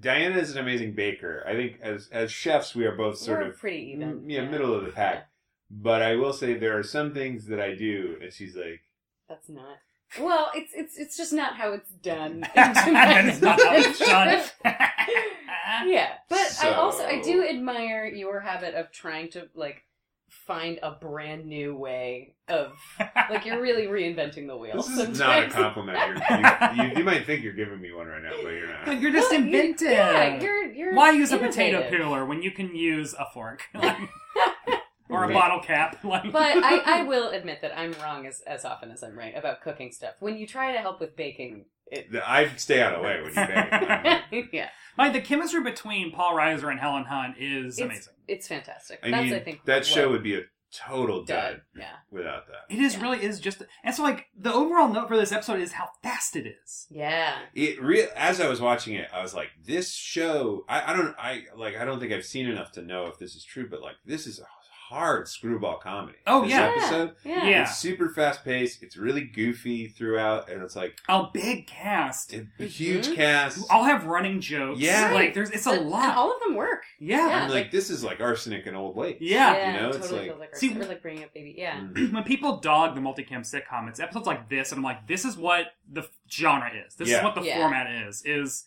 Speaker 3: Diana is an amazing baker. I think as as chefs, we are both sort
Speaker 4: We're
Speaker 3: of
Speaker 4: pretty even.
Speaker 3: mm, yeah, middle of the pack. But I will say there are some things that I do, and she's like,
Speaker 4: That's not. Well, it's it's it's just not how it's done.
Speaker 2: And it's not how it's done.
Speaker 4: yeah, but I also I
Speaker 3: So-
Speaker 4: do admire your habit of trying to like find a brand new way of like you're really reinventing the wheel.
Speaker 3: "This is not a
Speaker 4: sometimes.
Speaker 3: compliment. You're, you, you, you might think you're giving me one right now, but you're
Speaker 2: Like,
Speaker 3: not."
Speaker 2: you're just
Speaker 4: Well, you-
Speaker 2: inventive.
Speaker 4: Yeah, you're, you're
Speaker 2: Why use a potato
Speaker 4: innovative.
Speaker 2: peeler when you can use a fork Like, or a
Speaker 3: Right.
Speaker 2: bottle cap? Like,
Speaker 4: But I, I will admit that I'm wrong as, as often as I'm right about cooking stuff. When you try to help with baking, it
Speaker 3: The- I stay out of the way when you bake. I'm-
Speaker 4: yeah,
Speaker 2: like the chemistry between Paul Reiser and Helen Hunt is
Speaker 4: It's-
Speaker 2: amazing.
Speaker 4: it's fantastic.
Speaker 3: I
Speaker 4: That's
Speaker 3: mean,
Speaker 4: I think
Speaker 3: that show
Speaker 4: what
Speaker 3: would be a total dud
Speaker 4: done. Yeah,
Speaker 3: without that.
Speaker 2: It is
Speaker 4: Yeah.
Speaker 2: really is just, and so like the overall note for this episode is how fast it is.
Speaker 4: yeah.
Speaker 3: it real as I was watching it, I was like, this show. I, I don't. I like. I don't think I've seen enough to know if this is true, but like, this is a hard screwball comedy.
Speaker 2: Oh,
Speaker 3: This
Speaker 2: yeah.
Speaker 3: episode.
Speaker 4: Yeah.
Speaker 2: Yeah.
Speaker 3: It's super fast paced. It's really goofy throughout, and it's like
Speaker 2: A big cast.
Speaker 3: a
Speaker 4: Mhm.
Speaker 3: huge cast.
Speaker 2: who all have running jokes.
Speaker 3: Yeah.
Speaker 2: like there's it's a
Speaker 4: And- and
Speaker 2: lot.
Speaker 4: all of them work.
Speaker 2: yeah.
Speaker 3: I'm like, this is like arsenic and old lake.
Speaker 2: Yeah.
Speaker 3: you know, it's
Speaker 4: totally
Speaker 3: like-
Speaker 4: feels like
Speaker 2: See,
Speaker 4: see, we're like bringing up baby. Yeah,
Speaker 3: Mm-hmm.
Speaker 2: when people dog the multicam sitcom, it's episodes like this, and I'm like, this is what the f- genre is. This is
Speaker 3: Yeah.
Speaker 2: what the
Speaker 4: Yeah.
Speaker 2: format is. Is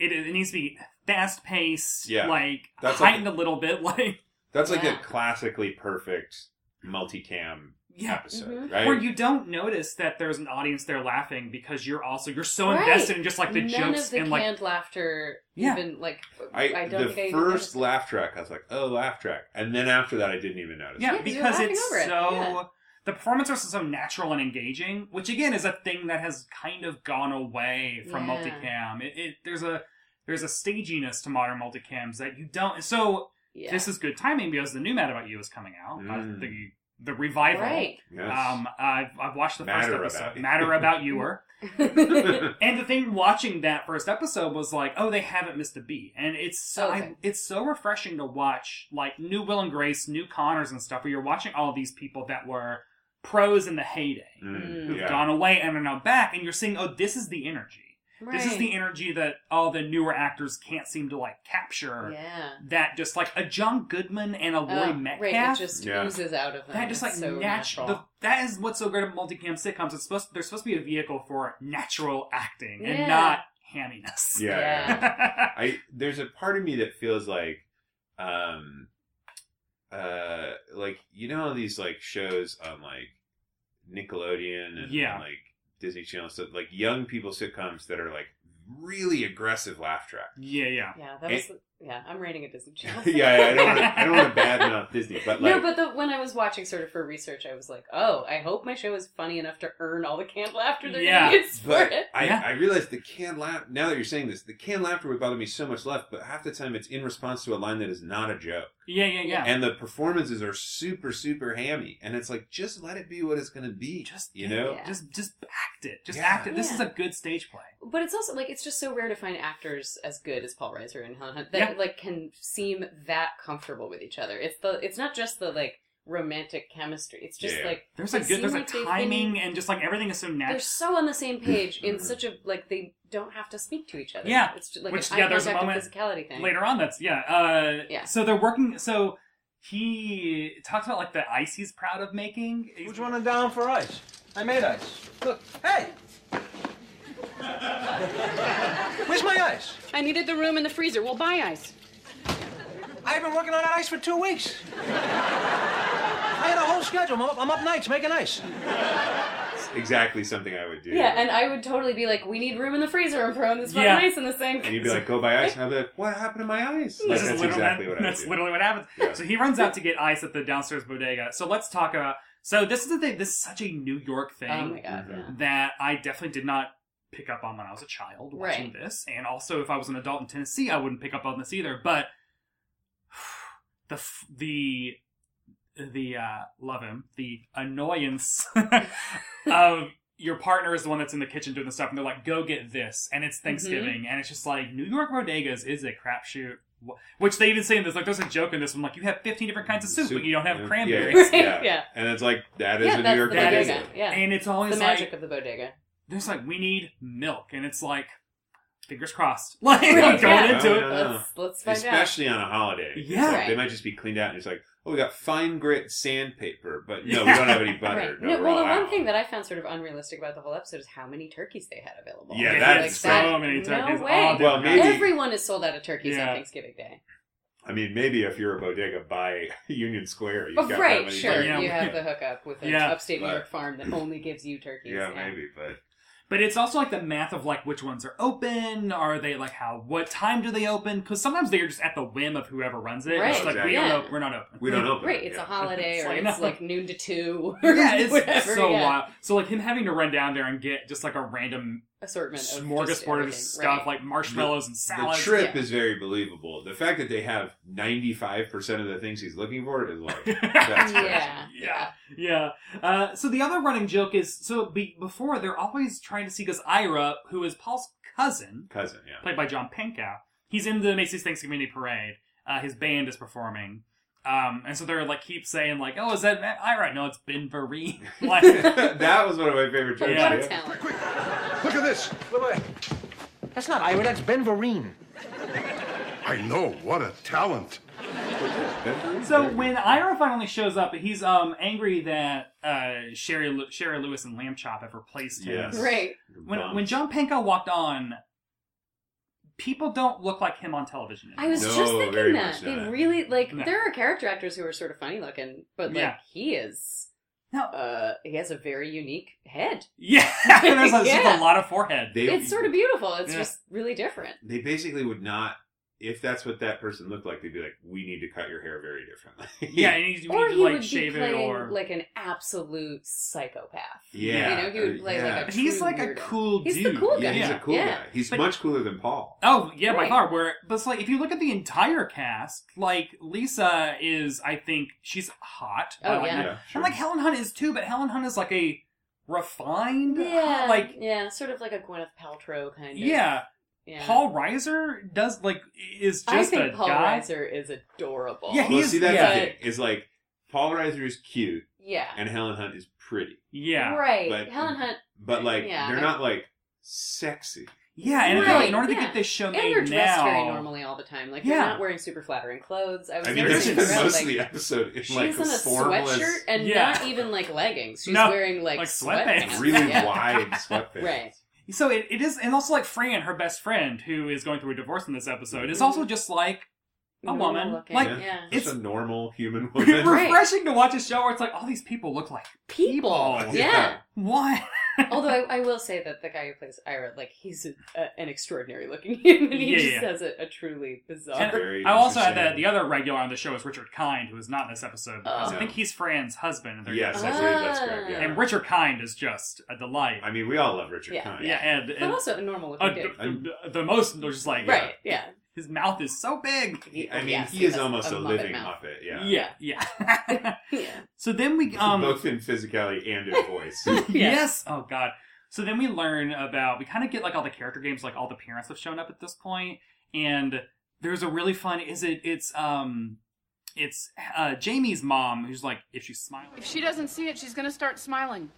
Speaker 2: it, it needs to be fast paced?
Speaker 3: Yeah.
Speaker 2: like
Speaker 3: That's like-
Speaker 2: heightened a little bit. Like
Speaker 3: That's like
Speaker 4: Yeah.
Speaker 3: a classically perfect multicam
Speaker 2: Yeah.
Speaker 3: episode,
Speaker 4: Mhm.
Speaker 3: right?
Speaker 2: Where you don't notice that there's an audience there laughing because you're also you're so
Speaker 4: Right.
Speaker 2: invested in just like the
Speaker 4: None
Speaker 2: jokes
Speaker 4: of the
Speaker 2: and like
Speaker 4: canned laughter.
Speaker 2: Yeah.
Speaker 4: Even like
Speaker 3: I,
Speaker 4: I, don't
Speaker 3: the
Speaker 4: think I even
Speaker 3: first
Speaker 4: noticed.
Speaker 3: laugh track, I was like, oh, laugh track. And then after that, I didn't even notice.
Speaker 2: yeah,
Speaker 4: Yeah, 'cause you're
Speaker 2: because
Speaker 4: laughing
Speaker 2: it's
Speaker 4: over it.
Speaker 2: so
Speaker 4: Yeah.
Speaker 2: the performance is so natural and engaging, which again is a thing that has kind of gone away from
Speaker 4: Yeah.
Speaker 2: multicam. It, it there's a there's a staginess to modern multicams that you don't. So
Speaker 4: Yeah.
Speaker 2: this is good timing because the new Mad About You is coming out, uh,
Speaker 3: Mm.
Speaker 2: the the revival.
Speaker 4: right.
Speaker 3: Yes.
Speaker 2: Um, I've, I've watched the
Speaker 3: Matter About
Speaker 2: first episode,
Speaker 3: You.
Speaker 2: Matter About You. Or
Speaker 4: yeah.
Speaker 2: And the thing watching that first episode was like, oh, they haven't missed a beat, and it's so
Speaker 4: Okay.
Speaker 2: I- it's so refreshing to watch like new Will and Grace, new Connors and stuff, where you're watching all these people that were pros in the heyday
Speaker 3: Mm,
Speaker 4: Mm.
Speaker 2: who've
Speaker 3: yeah.
Speaker 2: gone away and are now back, and you're seeing, oh, this is the energy. This is the energy that all the newer actors can't seem to like capture.
Speaker 4: Yeah.
Speaker 2: That just like a John Goodman and a Lloyd
Speaker 4: Uh,
Speaker 2: Metcalf.
Speaker 4: right. It just
Speaker 3: Yeah.
Speaker 4: oozes out of them.
Speaker 2: That just like
Speaker 4: It's so
Speaker 2: natu-
Speaker 4: natural.
Speaker 2: The, that is what's so great about multicam sitcoms. It's supposed they're supposed to be a vehicle for natural acting
Speaker 4: Yeah.
Speaker 2: and not hamminess.
Speaker 3: yeah. yeah.
Speaker 4: Yeah.
Speaker 3: I there's a part of me that feels like, um, uh, like you know these like shows on like Nickelodeon and
Speaker 2: Yeah.
Speaker 3: like Disney Channel stuff, like young people sitcoms that are like really aggressive laugh track.
Speaker 2: yeah, yeah.
Speaker 4: yeah. That was. yeah. I'm rating a Disney
Speaker 3: yeah,
Speaker 4: Channel.
Speaker 3: yeah, I don't wanna, I don't want to badmouth Disney, but like
Speaker 4: no, but the, when I was watching sort of for research, I was like, "Oh, I hope my show is funny enough to earn all the canned laughter they're
Speaker 2: Yeah,
Speaker 4: gonna use for
Speaker 3: But
Speaker 4: it."
Speaker 3: I,
Speaker 2: Yeah.
Speaker 3: I realized the canned laugh. Now that you're saying this, the canned laughter would bother me so much less. But half the time, it's in response to a line that is not a joke,
Speaker 2: Yeah, yeah, yeah.
Speaker 3: and the performances are super, super hammy. And it's like, just let it be what it's going to be.
Speaker 2: Just
Speaker 3: you know,
Speaker 4: Yeah.
Speaker 2: Just just act it. Just
Speaker 3: Yeah.
Speaker 2: act it. This
Speaker 4: Yeah.
Speaker 2: is a good stage play.
Speaker 4: But it's also like it's just so rare to find actors as good as Paul Reiser and Helen Hunt that
Speaker 2: Yeah.
Speaker 4: like can seem that comfortable with each other. It's the it's not just the like romantic chemistry. It's just
Speaker 3: Yeah.
Speaker 4: like
Speaker 2: There's a
Speaker 4: they
Speaker 2: good.
Speaker 4: seem
Speaker 2: There's a
Speaker 4: like they've been-
Speaker 2: timing and just like everything is so
Speaker 4: They're
Speaker 2: natural.
Speaker 4: so on the same page in
Speaker 3: Mhm.
Speaker 4: such a like they don't have to speak to each other.
Speaker 2: Yeah.
Speaker 4: it's just, like
Speaker 2: Which,
Speaker 4: an
Speaker 2: yeah,
Speaker 4: eye
Speaker 2: there's a
Speaker 4: contact and
Speaker 2: moment
Speaker 4: physicality thing.
Speaker 2: Later on, that's yeah. Uh,
Speaker 4: Yeah.
Speaker 2: So they're working. So he talks about like the ice he's proud of making.
Speaker 6: Who's running down for ice? I made ice. Look, hey! Where's my ice?
Speaker 5: I needed the room in the freezer. We'll buy ice.
Speaker 6: I've been working on ice for two weeks. I had a whole schedule. I'm up, I'm up nights making ice.
Speaker 3: exactly something I would do.
Speaker 4: Yeah, and I would totally be like, "We need room in the freezer. I'm throwing this fucking
Speaker 2: Yeah.
Speaker 4: ice in the sink."
Speaker 3: And you'd be like, "Go buy ice," and I'd be like, "What happened to my ice?" Like,
Speaker 2: This is
Speaker 3: that's
Speaker 2: literally,
Speaker 3: exactly what I would
Speaker 2: that's
Speaker 3: do.
Speaker 2: literally what happens.
Speaker 3: Yeah.
Speaker 2: So he runs out to get ice at the downstairs bodega. So let's talk about. So this is the thing. This is such a New York thing
Speaker 4: "Oh my
Speaker 3: Mm-hmm.
Speaker 4: god, yeah.
Speaker 2: that I definitely did not pick up on when I was a child watching
Speaker 4: Right.
Speaker 2: this, and also if I was an adult in Tennessee, I wouldn't pick up on this either. But the f- the the uh, love him the annoyance of your partner is the one that's in the kitchen doing the stuff, and they're like, "Go get this," and
Speaker 4: Mm-hmm.
Speaker 2: it's Thanksgiving, and it's just like New York bodegas is a crapshoot. Wh- Which they even say in this, like, there's a joke in this one, like, you have 15 different kinds of soup, but you don't have
Speaker 3: yeah,
Speaker 2: cranberries.
Speaker 4: Right,
Speaker 3: Yeah.
Speaker 4: yeah.
Speaker 3: And it's like that is
Speaker 4: yeah,
Speaker 3: a
Speaker 4: that's
Speaker 3: New York
Speaker 4: the
Speaker 2: that
Speaker 3: idea.
Speaker 2: is
Speaker 4: bodega. Yeah,
Speaker 2: And it's
Speaker 4: the
Speaker 2: always like,
Speaker 4: magic of the bodega.
Speaker 2: there's like we need milk and it's like fingers crossed like
Speaker 4: Yeah.
Speaker 2: going
Speaker 4: Yeah.
Speaker 2: into it
Speaker 3: Yeah.
Speaker 4: Let's let's find out.
Speaker 3: especially on a holiday. It's
Speaker 2: Yeah.
Speaker 3: like, they
Speaker 4: Right.
Speaker 3: might just be cleaned out, and it's like, "Oh, we got fine grit sandpaper, but no, we
Speaker 2: Yeah.
Speaker 3: don't have any butter."
Speaker 4: Right.
Speaker 3: No,
Speaker 4: No,
Speaker 3: we're
Speaker 4: well, the
Speaker 3: all
Speaker 4: one
Speaker 3: out."
Speaker 4: thing that I found sort of unrealistic about the whole episode is how many turkeys they had available.
Speaker 3: Yeah,
Speaker 4: Like,
Speaker 3: that's so
Speaker 2: many turkeys. All
Speaker 4: No way.
Speaker 2: different
Speaker 3: Well, maybe-
Speaker 4: Everyone is sold out of turkeys
Speaker 2: Yeah.
Speaker 4: on Thanksgiving Day.
Speaker 3: I mean, maybe if you're a bodega by Union Square, you've
Speaker 4: Oh,
Speaker 3: got that
Speaker 4: right,
Speaker 3: many
Speaker 4: sure.
Speaker 3: turkeys.
Speaker 2: Yeah.
Speaker 4: You have the hookup with an
Speaker 2: Yeah.
Speaker 4: upstate New
Speaker 3: But-
Speaker 4: York farm that only gives you turkeys.
Speaker 3: Yeah, maybe, but
Speaker 2: but it's also like the math of like which ones are open are they like how what time do they open because sometimes they're just at the whim of whoever runs it
Speaker 4: Right,
Speaker 2: it's like we
Speaker 3: Exactly.
Speaker 2: don't
Speaker 4: yeah.
Speaker 2: know we're not open
Speaker 3: we don't open.
Speaker 4: Right,
Speaker 3: it,
Speaker 4: it's
Speaker 3: yeah.
Speaker 4: a holiday
Speaker 2: It's
Speaker 4: or
Speaker 2: like,
Speaker 4: it's
Speaker 2: no.
Speaker 4: like noon to two or
Speaker 2: yeah it's
Speaker 4: whatever.
Speaker 2: so
Speaker 4: yeah.
Speaker 2: wild so like him having to run down there and get just like a random
Speaker 4: Assortment of just
Speaker 2: smorgasbord
Speaker 4: everything,
Speaker 2: of stuff
Speaker 4: right.
Speaker 2: like marshmallows and
Speaker 3: The
Speaker 2: salads
Speaker 3: trip
Speaker 4: yeah.
Speaker 3: is very believable. The fact that they have 95% of the things he's looking for is like, that's crazy.
Speaker 4: yeah,
Speaker 2: Yeah, yeah. Uh, so the other running joke is so be, before they're always trying to see because Ira, who is Paul's cousin,
Speaker 3: Cousin, yeah.
Speaker 2: played by John Pankow, he's in the Macy's Thanksgiving Day Parade. Uh, his band is performing, um, and so they're like keep saying like, "Oh, is that Matt Ira?" No, it's Ben Vereen. like,
Speaker 3: that was one of my favorite jokes.
Speaker 4: But
Speaker 2: Yeah.
Speaker 4: what a talent.
Speaker 6: Look at this. Look at that. That's not Ira, that's Ben Vereen.
Speaker 7: I know, what a talent.
Speaker 2: so when Ira finally shows up, he's um angry that uh, Sherry Lu- Sherry Lewis and Lamb Chop have replaced him.
Speaker 3: Yes.
Speaker 4: Right.
Speaker 2: When when John Pankow walked on, people don't look like him on television.
Speaker 4: I was
Speaker 3: No,
Speaker 4: just thinking
Speaker 3: very
Speaker 4: that
Speaker 3: much
Speaker 4: they
Speaker 3: not.
Speaker 4: really like
Speaker 2: No.
Speaker 4: there are character actors who are sort of funny looking, but like
Speaker 2: Yeah.
Speaker 4: he is.
Speaker 2: No.
Speaker 4: uh, he has a very unique head.
Speaker 2: yeah, there's a,
Speaker 4: Yeah.
Speaker 2: just a lot of forehead.
Speaker 3: They,
Speaker 4: It's sort of beautiful. It's
Speaker 2: Yeah.
Speaker 4: just really different.
Speaker 3: They basically would not. If that's what that person looked like, they'd be like, "We need to cut your hair very differently."
Speaker 2: Yeah, and he's,
Speaker 4: or
Speaker 2: he's,
Speaker 4: he
Speaker 2: like
Speaker 4: would be
Speaker 2: shave it
Speaker 4: playing
Speaker 2: or
Speaker 4: like an absolute psychopath.
Speaker 3: Yeah,
Speaker 4: you know, he would
Speaker 3: or-
Speaker 4: play
Speaker 3: yeah.
Speaker 4: like a.
Speaker 2: Uh, He's
Speaker 4: true
Speaker 2: like a
Speaker 4: weirdo.
Speaker 2: cool
Speaker 4: He's
Speaker 2: dude.
Speaker 4: the cool
Speaker 3: yeah,
Speaker 4: guy.
Speaker 3: he's
Speaker 2: Yeah.
Speaker 3: a cool
Speaker 4: Yeah.
Speaker 3: guy. He's
Speaker 2: But-
Speaker 3: much cooler than Paul.
Speaker 2: Oh yeah, by
Speaker 4: Right.
Speaker 2: far. Where, but it's like if you look at the entire cast, like Lisa is, I think she's hot. I
Speaker 4: Oh,
Speaker 2: like
Speaker 4: yeah.
Speaker 2: that. And like Helen Hunt is too, but Helen Hunt is like a refined,
Speaker 4: Yeah,
Speaker 2: like
Speaker 4: yeah, sort of like a Gwyneth Paltrow kind of.
Speaker 2: yeah.
Speaker 4: yeah.
Speaker 2: Paul Reiser does like is
Speaker 4: I
Speaker 2: just
Speaker 4: think
Speaker 2: a
Speaker 4: Paul
Speaker 2: guy.
Speaker 4: Reiser is adorable.
Speaker 2: Yeah, he-
Speaker 3: well,
Speaker 2: he's-
Speaker 3: see, that's
Speaker 2: yeah.
Speaker 3: the thing. Is like Paul Reiser is cute
Speaker 4: yeah,
Speaker 3: and Helen Hunt is pretty,
Speaker 2: Yeah,
Speaker 4: right.
Speaker 3: but-
Speaker 4: Helen Hunt
Speaker 3: but like
Speaker 4: Yeah.
Speaker 3: they're not like sexy.
Speaker 2: yeah. And
Speaker 4: Right,
Speaker 2: in order to
Speaker 4: yeah.
Speaker 2: get this show
Speaker 4: and
Speaker 2: made
Speaker 4: you're dressed
Speaker 2: now,
Speaker 4: very normally all the time. Like you're
Speaker 2: Yeah.
Speaker 4: not wearing super flattering clothes. I was
Speaker 3: I mean,
Speaker 4: never
Speaker 3: that's
Speaker 4: seen
Speaker 3: been
Speaker 4: her
Speaker 3: most
Speaker 4: in,
Speaker 3: of the episode in
Speaker 4: she's
Speaker 3: like
Speaker 4: in a
Speaker 3: formless,
Speaker 4: sweatshirt and
Speaker 2: Yeah.
Speaker 4: not even like leggings. She's
Speaker 2: No,
Speaker 4: wearing like,
Speaker 2: like sweatpants.
Speaker 4: sweatpants.
Speaker 3: really
Speaker 4: Yeah.
Speaker 3: wide sweatpants.
Speaker 4: Right.
Speaker 2: So it, it is, and also like Fran, her best friend, who is going through a divorce in this episode, is also just like a
Speaker 4: Normal
Speaker 2: woman.
Speaker 4: looking,
Speaker 2: Like
Speaker 4: yeah.
Speaker 3: Just
Speaker 2: it's
Speaker 3: a normal human woman.
Speaker 2: refreshing to watch a show where it's like all these people look like
Speaker 4: people.
Speaker 3: Oh,
Speaker 2: People.
Speaker 4: Yeah.
Speaker 2: what?
Speaker 4: Although I, I will say that the guy who plays Ira, like he's a, a, an extraordinary looking human. He
Speaker 2: Yeah,
Speaker 4: just
Speaker 2: yeah.
Speaker 4: has a, a truly
Speaker 2: And
Speaker 4: bizarre.
Speaker 3: Very
Speaker 2: I also had that
Speaker 3: interesting.
Speaker 2: the other regular on the show is Richard Kind, who is not in this episode. Because
Speaker 4: Oh.
Speaker 2: I think he's Fran's husband. And they're-
Speaker 3: Yes, I
Speaker 4: Ah.
Speaker 3: believe that's correct. Yeah.
Speaker 2: And Richard Kind is just a delight.
Speaker 3: I mean, we all love Richard
Speaker 4: Yeah.
Speaker 3: Kind.
Speaker 2: yeah, and,
Speaker 4: But
Speaker 2: and
Speaker 4: also a normal
Speaker 2: uh,
Speaker 4: looking
Speaker 2: the,
Speaker 4: dude.
Speaker 2: the- the most they're just like
Speaker 4: Right, yeah.
Speaker 2: his mouth is so big.
Speaker 3: I mean,
Speaker 4: Yes,
Speaker 3: he is
Speaker 4: has
Speaker 3: almost a,
Speaker 4: Muppet
Speaker 3: living
Speaker 4: mouth.
Speaker 3: Muppet. Yeah.
Speaker 2: yeah.
Speaker 4: Yeah.
Speaker 2: so then we um
Speaker 3: Both in physicality and in voice.
Speaker 4: Yeah.
Speaker 2: Yes. Oh God. So then we learn about we kind of get like all the character games, like all the parents have shown up at this point, and there's a really fun. Is it? It's um, it's uh Jamie's mom who's like if she's smiling.
Speaker 5: If she doesn't see it, she's gonna start smiling.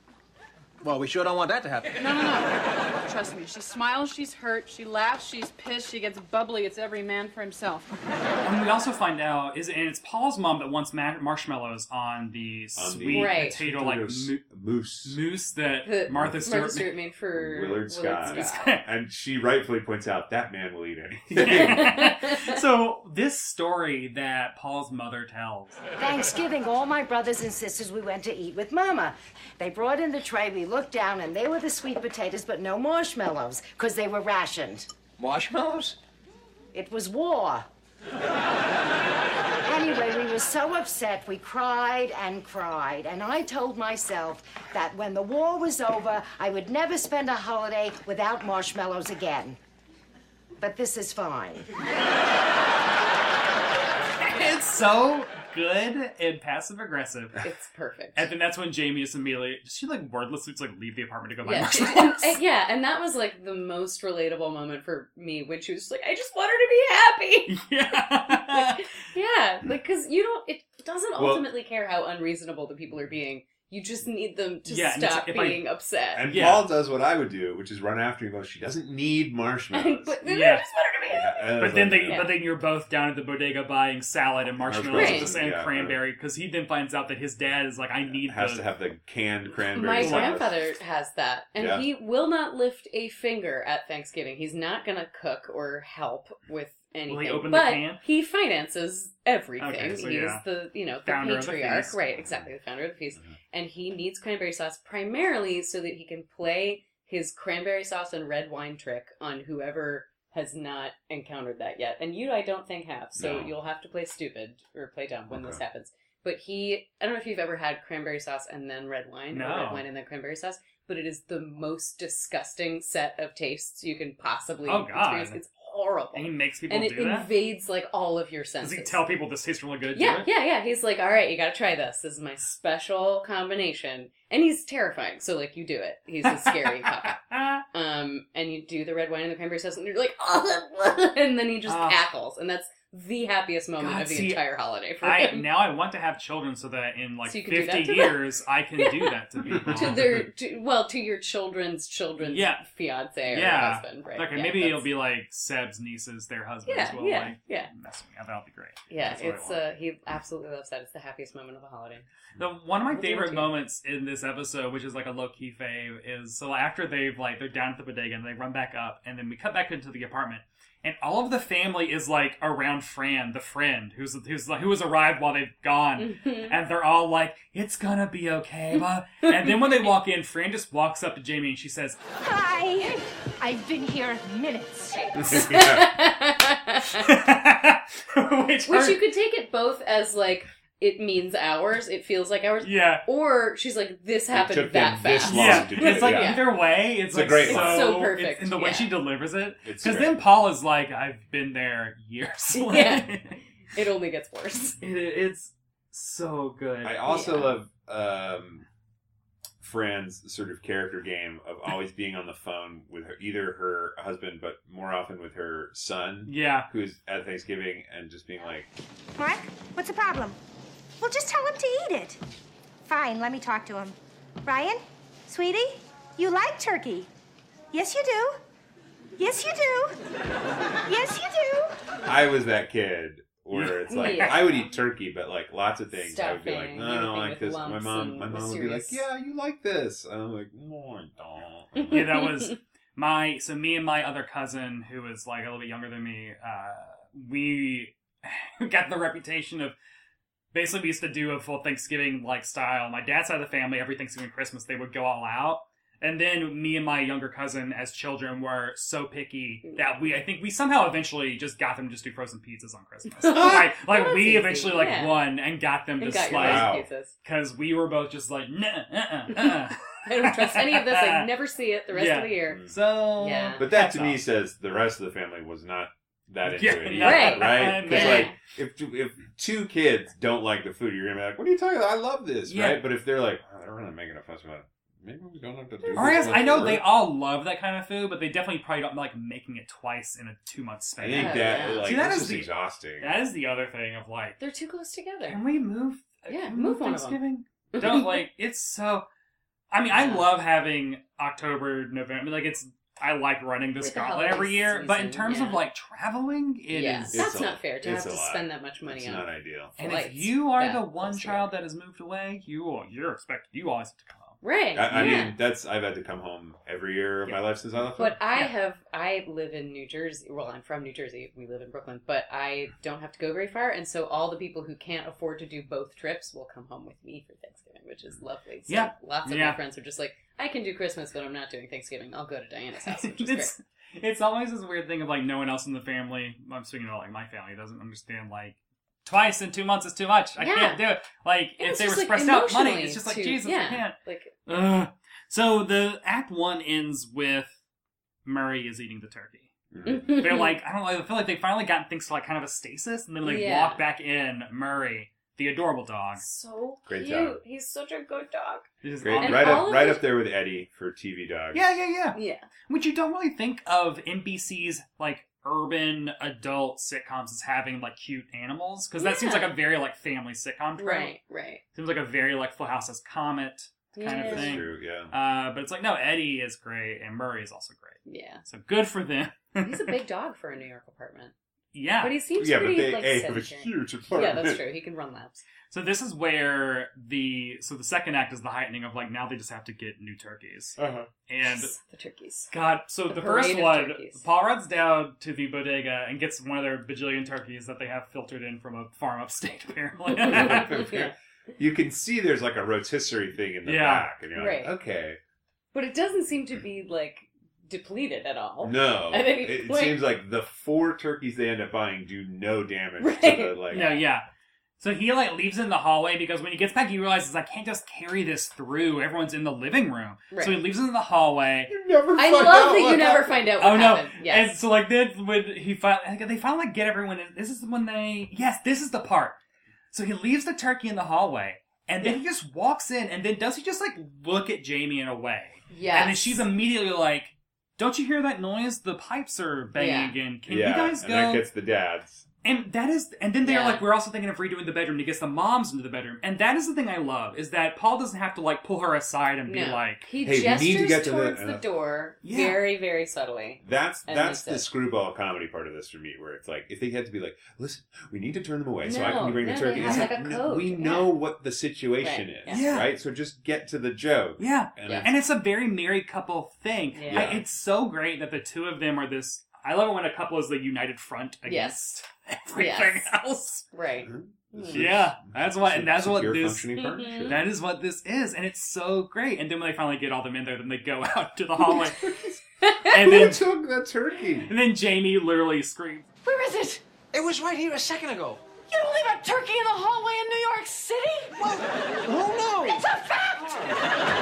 Speaker 6: Well, we sure don't want that to happen.
Speaker 5: No, no, no. Trust me. She smiles, she's hurt. She laughs, she's pissed. She gets bubbly. It's every man for himself.
Speaker 2: And we also find out is and it's Paul's mom that wants ma- marshmallows on the
Speaker 3: On the-
Speaker 2: sweet
Speaker 4: Right.
Speaker 2: potato like
Speaker 3: Moose.
Speaker 2: mo-
Speaker 3: Moose.
Speaker 2: mousse that
Speaker 4: The-
Speaker 2: Martha Stewart.
Speaker 4: Stewart made for
Speaker 3: Willard Scott. And she rightfully points out that man will eat anything.
Speaker 2: made. so this story that Paul's mother tells.
Speaker 8: Thanksgiving, all my brothers and sisters, we went to eat with Mama. They brought in the tray, we looked down, and they were the sweet potatoes, but no marshmallows, because they were rationed.
Speaker 6: Marshmallows?
Speaker 8: It was war. anyway, we were so upset, we cried and cried. And I told myself that when the war was over, I would never spend a holiday without marshmallows again. But this is fine.
Speaker 2: It's so good and passive aggressive.
Speaker 4: It's perfect.
Speaker 2: And then that's when Jamie just immediately does she like wordlessly just like leave the apartment to go buy
Speaker 4: yeah.
Speaker 2: marshmallows?
Speaker 4: and- yeah, and that was like the most relatable moment for me when she was just like, I just want her to be happy.
Speaker 2: yeah.
Speaker 4: yeah, like, because you don't, it doesn't
Speaker 3: Well-
Speaker 4: ultimately care how unreasonable the people are being. You just need them to
Speaker 2: Yeah, and it's-
Speaker 4: stop
Speaker 2: if I-
Speaker 4: being upset.
Speaker 3: And
Speaker 2: Yeah.
Speaker 3: Paul does what I would do, which is run after and go, she doesn't need marshmallows.
Speaker 4: but then
Speaker 2: Yeah.
Speaker 4: I just want her to be happy.
Speaker 2: But then they, but then you're both down at the bodega buying salad and marshmallows
Speaker 4: Right.
Speaker 2: and just- and
Speaker 3: Yeah.
Speaker 2: cranberry because he then finds out that his dad is like, I need
Speaker 3: has
Speaker 2: the Oh
Speaker 3: to have the canned cranberry
Speaker 4: My
Speaker 3: sauce.
Speaker 4: grandfather has that, and
Speaker 3: Yeah.
Speaker 4: he will not lift a finger at Thanksgiving. He's not going to cook or help with anything.
Speaker 2: open the
Speaker 4: but
Speaker 2: can?
Speaker 4: he finances everything.
Speaker 2: Okay, so
Speaker 4: He's
Speaker 2: yeah.
Speaker 4: the you know the
Speaker 2: Founder of the
Speaker 4: patriarch,
Speaker 2: feast.
Speaker 4: right? Exactly, the founder of the feast,
Speaker 3: Uh-huh.
Speaker 4: and he needs cranberry sauce primarily so that he can play his cranberry sauce and red wine trick on whoever has not encountered that yet. And you, I don't think, have. So
Speaker 3: No.
Speaker 4: you'll have to play stupid or play dumb when this
Speaker 3: Okay.
Speaker 4: happens. But he, I don't know if you've ever had cranberry sauce and then red wine, or
Speaker 2: No.
Speaker 4: red wine and then cranberry sauce, but it is the most disgusting set of tastes you can possibly
Speaker 2: Oh, God.
Speaker 4: experience. It's horrible,
Speaker 2: and he makes people
Speaker 4: and it
Speaker 2: do that?
Speaker 4: invades like all of your
Speaker 2: Does
Speaker 4: senses.
Speaker 2: he tell people this tastes really good? do
Speaker 4: yeah,
Speaker 2: it?
Speaker 4: yeah, yeah. He's like, all right, you got to try this. This is my special combination, and he's terrifying. So like, you do it. He's a scary cop.
Speaker 2: Ah,
Speaker 4: Um, and you do the red wine and the cranberry sauce, and you're like, oh, and then he just
Speaker 2: Ah.
Speaker 4: cackles, and that's the happiest moment
Speaker 2: God,
Speaker 4: of the
Speaker 2: see,
Speaker 4: entire holiday for
Speaker 2: I
Speaker 4: him.
Speaker 2: now I want to have children so that in like
Speaker 4: So you can do that
Speaker 2: 50
Speaker 4: to them?
Speaker 2: years I can do that to people.
Speaker 4: to their to, well to your children's children's
Speaker 2: Yeah.
Speaker 4: fiance or
Speaker 2: Yeah.
Speaker 4: husband right
Speaker 2: okay,
Speaker 4: Yeah,
Speaker 2: maybe it'll
Speaker 4: that's-
Speaker 2: be like Seb's nieces, their husbands
Speaker 4: yeah
Speaker 2: will
Speaker 4: yeah
Speaker 2: like
Speaker 4: yeah
Speaker 2: mess with me. That'll be great.
Speaker 4: yeah
Speaker 2: That's what I
Speaker 4: it's
Speaker 2: want.
Speaker 4: uh he absolutely loves that it's the happiest moment of the holiday
Speaker 2: The, one of my
Speaker 4: What do you
Speaker 2: favorite
Speaker 4: do?
Speaker 2: moments in this episode, which is like a low key fave, is so after they've like they're down at the bodega and they run back up, and then we cut back into the apartment, and all of the family is like around Fran, the friend who's who's who has arrived while they've gone,
Speaker 4: Mm-hmm.
Speaker 2: and they're all like, "It's gonna be okay, ma." and then when they walk in, Fran just walks up to Jamie and she says,
Speaker 8: Hi. I've been here minutes.
Speaker 2: "Which,
Speaker 4: Which
Speaker 2: are-
Speaker 4: you could take it both as like it means hours, it feels like hours,
Speaker 2: yeah."
Speaker 4: or she's like this happened
Speaker 3: took
Speaker 4: that
Speaker 3: them this
Speaker 4: fast.
Speaker 3: long.
Speaker 2: Yeah,
Speaker 3: to do
Speaker 2: it's
Speaker 3: it,
Speaker 2: like
Speaker 3: yeah.
Speaker 2: either way, it's,
Speaker 3: It's a
Speaker 2: like
Speaker 3: great
Speaker 2: so,
Speaker 3: line.
Speaker 4: It's so perfect,
Speaker 2: it's- and the way
Speaker 4: yeah.
Speaker 2: she delivers it,
Speaker 3: It's
Speaker 2: because
Speaker 3: great.
Speaker 2: then Paula's like, "I've been there years." Like,
Speaker 4: Yeah. It only gets worse.
Speaker 2: it, it's so good.
Speaker 3: I also love um, Fran's sort of character game of always being on the phone with her, either her husband, but more often with her son,
Speaker 2: yeah,
Speaker 3: who's at Thanksgiving, and just being like,
Speaker 9: Mark, what's the problem? Well, just tell him to eat it. Fine, let me talk to him. Ryan, sweetie, you like turkey. Yes, you do. Yes, you do. Yes, you do.
Speaker 3: "I was that kid." Where it's like
Speaker 4: Yeah.
Speaker 3: I would eat turkey, but like lots of things, I would be like,
Speaker 4: Stuffing,
Speaker 3: "No, I don't
Speaker 4: anything
Speaker 3: like
Speaker 4: with
Speaker 3: this." My
Speaker 4: lumps
Speaker 3: mom,
Speaker 4: and
Speaker 3: my mom would be like,
Speaker 4: mysterious-
Speaker 3: "Yeah, you like this," and I'm like, "No, I don't."
Speaker 2: yeah, that was my. So me and my other cousin, who is like a little bit younger than me, uh, we got the reputation of basically we used to do a full Thanksgiving like style. My dad's side of the family, every Thanksgiving, and Christmas, they would go all out. And then me and my younger cousin, as children, were so picky that we, I think, we somehow eventually just got them to just do frozen pizzas on Christmas. like, like
Speaker 4: That's
Speaker 2: we
Speaker 4: easy,
Speaker 2: eventually like
Speaker 4: yeah.
Speaker 2: won and got them
Speaker 4: It
Speaker 2: just
Speaker 4: got your
Speaker 2: like
Speaker 3: Wow.
Speaker 4: wow. pieces.
Speaker 2: because we were both just like, nah, uh, uh, uh.
Speaker 4: I don't trust any of this. I never see it the rest
Speaker 2: Yeah.
Speaker 4: of the year.
Speaker 2: So
Speaker 4: Yeah.
Speaker 3: But that
Speaker 2: That's
Speaker 3: to me
Speaker 2: awesome.
Speaker 3: says the rest of the family was not that into
Speaker 2: Yeah,
Speaker 3: it,
Speaker 2: no.
Speaker 3: either,
Speaker 4: Right.
Speaker 3: right? Because
Speaker 4: Yeah.
Speaker 3: like if two- if two kids don't like the food, you're gonna be like, "What are you talking about? I love this,"
Speaker 2: Yeah.
Speaker 3: right? But if they're like, oh, "They're really making a fuss about it. maybe we don't have to do."
Speaker 2: Or yes,
Speaker 3: this
Speaker 2: I know they
Speaker 3: much
Speaker 2: all love that kind of food, but they definitely probably don't like making it twice in a two month
Speaker 3: work." I
Speaker 2: span.
Speaker 3: think
Speaker 4: Yeah.
Speaker 3: that
Speaker 4: Yeah.
Speaker 3: like
Speaker 2: See, that
Speaker 3: this
Speaker 2: is
Speaker 3: is
Speaker 2: the-
Speaker 3: exhausting.
Speaker 2: That is the other thing of like,
Speaker 4: They're too close together.
Speaker 2: can we move? uh,
Speaker 4: Yeah,
Speaker 2: can we
Speaker 4: move one of them.
Speaker 2: Thanksgiving. don't like it's so. I mean, I
Speaker 4: Yeah.
Speaker 2: love having October, November. Like it's, I like running to
Speaker 4: With the
Speaker 2: Scotland
Speaker 4: holiday
Speaker 2: every year. But in
Speaker 4: season,
Speaker 2: terms of
Speaker 4: yeah.
Speaker 2: like traveling, it is.
Speaker 4: yeah, that's
Speaker 3: It's a-
Speaker 4: not fair to
Speaker 3: it's
Speaker 4: have
Speaker 3: a
Speaker 4: to
Speaker 3: lot.
Speaker 4: spend that much money
Speaker 3: It's
Speaker 4: on.
Speaker 3: not ideal.
Speaker 2: And if
Speaker 4: flights
Speaker 2: you are
Speaker 4: that
Speaker 2: the one
Speaker 4: close together.
Speaker 2: child that has moved away, you are you're expected. You always have to come.
Speaker 4: right?
Speaker 3: I, I
Speaker 4: yeah.
Speaker 3: mean, that's I've had to come home every year of
Speaker 2: Yeah.
Speaker 3: my life since I left.
Speaker 4: But I
Speaker 2: Yeah.
Speaker 4: have I live in New Jersey. Well, I'm from New Jersey. We live in Brooklyn, but I don't have to go very far, and so all the people who can't afford to do both trips will come home with me for Thanksgiving, which is lovely. So
Speaker 2: Yeah.
Speaker 4: lots of
Speaker 2: Yeah.
Speaker 4: my friends are just like, I can do Christmas, but I'm not doing Thanksgiving. I'll go to Diana's house, which is great.
Speaker 2: it's it's always this weird thing of like no one else in the family. I'm speaking about like my family doesn't understand like twice in two months is too much. I
Speaker 4: Yeah.
Speaker 2: can't do it. Like
Speaker 4: Yeah,
Speaker 2: if
Speaker 4: it's
Speaker 2: they were
Speaker 4: just, like,
Speaker 2: stressed out money,
Speaker 4: emotionally
Speaker 2: it's just like
Speaker 4: too-
Speaker 2: Jesus, I
Speaker 4: yeah.
Speaker 2: can't.
Speaker 4: Like
Speaker 2: Ugh. So the act one ends with Murray is eating the turkey.
Speaker 3: Mhm.
Speaker 2: They're like I don't know. I feel like they finally gotten things to like kind of a stasis, and then they
Speaker 4: Yeah.
Speaker 2: walk back in Murray, the adorable dog.
Speaker 4: so
Speaker 3: Great
Speaker 4: cute.
Speaker 3: job.
Speaker 4: He's such a good dog.
Speaker 2: This is
Speaker 3: Great,
Speaker 2: awesome.
Speaker 4: And
Speaker 3: right
Speaker 4: all
Speaker 3: up
Speaker 4: of
Speaker 3: right
Speaker 4: it-
Speaker 3: up there with Eddie for TV dogs.
Speaker 2: Yeah, yeah, yeah.
Speaker 4: Yeah,
Speaker 2: which you don't really think of NBC's like urban adult sitcoms as having like cute animals because that seems
Speaker 4: Yeah.
Speaker 2: like a very like family sitcom trope.
Speaker 4: right, right.
Speaker 2: Seems like a very like Full House as Comet kind
Speaker 4: yeah.
Speaker 2: of
Speaker 3: that's
Speaker 2: thing.
Speaker 3: true. Yeah.
Speaker 2: Uh, but it's like no, Eddie is great and Murray is also great.
Speaker 4: Yeah,
Speaker 2: So good for them.
Speaker 4: he's a big dog for a New York apartment,
Speaker 2: yeah.
Speaker 4: but he seems
Speaker 3: yeah, but
Speaker 4: pretty
Speaker 3: they
Speaker 4: like
Speaker 3: A, have a
Speaker 4: sedentary.
Speaker 3: huge
Speaker 4: Yeah,
Speaker 3: apartment.
Speaker 4: that's true. He can run laps.
Speaker 2: So this is where the so the second act is the heightening of like now they just have to get new turkeys
Speaker 3: Uh-huh.
Speaker 2: and.
Speaker 4: the turkeys.
Speaker 2: God, so the,
Speaker 4: The
Speaker 2: first
Speaker 4: parade of
Speaker 2: one,
Speaker 4: turkeys.
Speaker 2: Paul runs down to the bodega and gets one of their bajillion turkeys that they have filtered in from a farm upstate, apparently.
Speaker 4: Yeah.
Speaker 3: You can see there's like a rotisserie thing in the
Speaker 2: Yeah.
Speaker 3: back, and you're
Speaker 4: Right.
Speaker 3: like, okay,
Speaker 4: But it doesn't seem to be like depleted at all.
Speaker 3: no.
Speaker 4: At any
Speaker 3: It, it
Speaker 4: point.
Speaker 3: seems like the four turkeys they end up buying do no damage to the
Speaker 4: Right.
Speaker 3: like.
Speaker 2: no, yeah. So he like leaves it in the hallway because when he gets back, he realizes I can't just carry this through. Everyone's in the living room, so he
Speaker 4: Right.
Speaker 2: leaves it in the hallway.
Speaker 3: You never.
Speaker 4: I
Speaker 3: find
Speaker 4: love
Speaker 3: out
Speaker 4: that
Speaker 3: what
Speaker 4: you never
Speaker 3: happened.
Speaker 4: find out what
Speaker 2: Oh no!
Speaker 4: happened. Yes.
Speaker 2: And so like then when he finally they finally get everyone in. This is when they yes this is the part. So he leaves the turkey in the hallway and then he just walks in and then does he just like look at Jamie in a way?
Speaker 4: Yes.
Speaker 2: And then she's immediately like, "Don't you hear that noise? The pipes are banging
Speaker 4: Yeah.
Speaker 2: again. Can
Speaker 3: yeah,
Speaker 2: you guys go?"
Speaker 3: and that gets the dads.
Speaker 2: And that is, and then they're
Speaker 4: Yeah.
Speaker 2: like, we're also thinking of redoing the bedroom to get the moms into the bedroom. And that is the thing I love is that Paul doesn't have to like pull her aside and be
Speaker 4: No.
Speaker 2: like,
Speaker 4: he
Speaker 3: "Hey, we
Speaker 4: gestures
Speaker 3: need to get to the-
Speaker 4: towards the,
Speaker 3: uh,
Speaker 4: door
Speaker 2: Yeah.
Speaker 4: very, very subtly.
Speaker 3: That's
Speaker 4: And
Speaker 3: that's
Speaker 4: that's
Speaker 3: the
Speaker 4: it.
Speaker 3: screwball comedy part of this for me, where it's like if they had to be like, listen, we need to turn them away so
Speaker 4: No,
Speaker 3: I can bring
Speaker 4: no,
Speaker 3: the
Speaker 4: they
Speaker 3: turkey.
Speaker 4: have,
Speaker 3: It's
Speaker 4: like, a
Speaker 3: no,
Speaker 4: code,
Speaker 3: we
Speaker 4: yeah.
Speaker 3: know what the situation
Speaker 4: Right,
Speaker 3: is,
Speaker 2: yeah.
Speaker 3: right? So just get to the joke.
Speaker 2: yeah.
Speaker 3: And
Speaker 4: Yeah.
Speaker 3: it's-
Speaker 2: And it's a very married couple thing.
Speaker 4: Yeah.
Speaker 2: I, it's so great that the two of them are this I love it when a couple is the united front against everything
Speaker 4: Yes.
Speaker 2: else.
Speaker 4: Right. Hmm.
Speaker 2: Yeah, that's what, and that's what
Speaker 3: Secure
Speaker 2: this.
Speaker 4: Mm-hmm.
Speaker 3: functioning partnership.
Speaker 2: That is what this is, and it's so great. And then when they finally get all them in there, then they go out to the hallway, and then
Speaker 3: took the turkey?
Speaker 2: and then Jamie literally screams.
Speaker 5: Where is it?
Speaker 6: It was right here a second ago.
Speaker 5: You don't leave a turkey in the hallway in New York City?
Speaker 6: Well, who knows?
Speaker 5: It's a fact!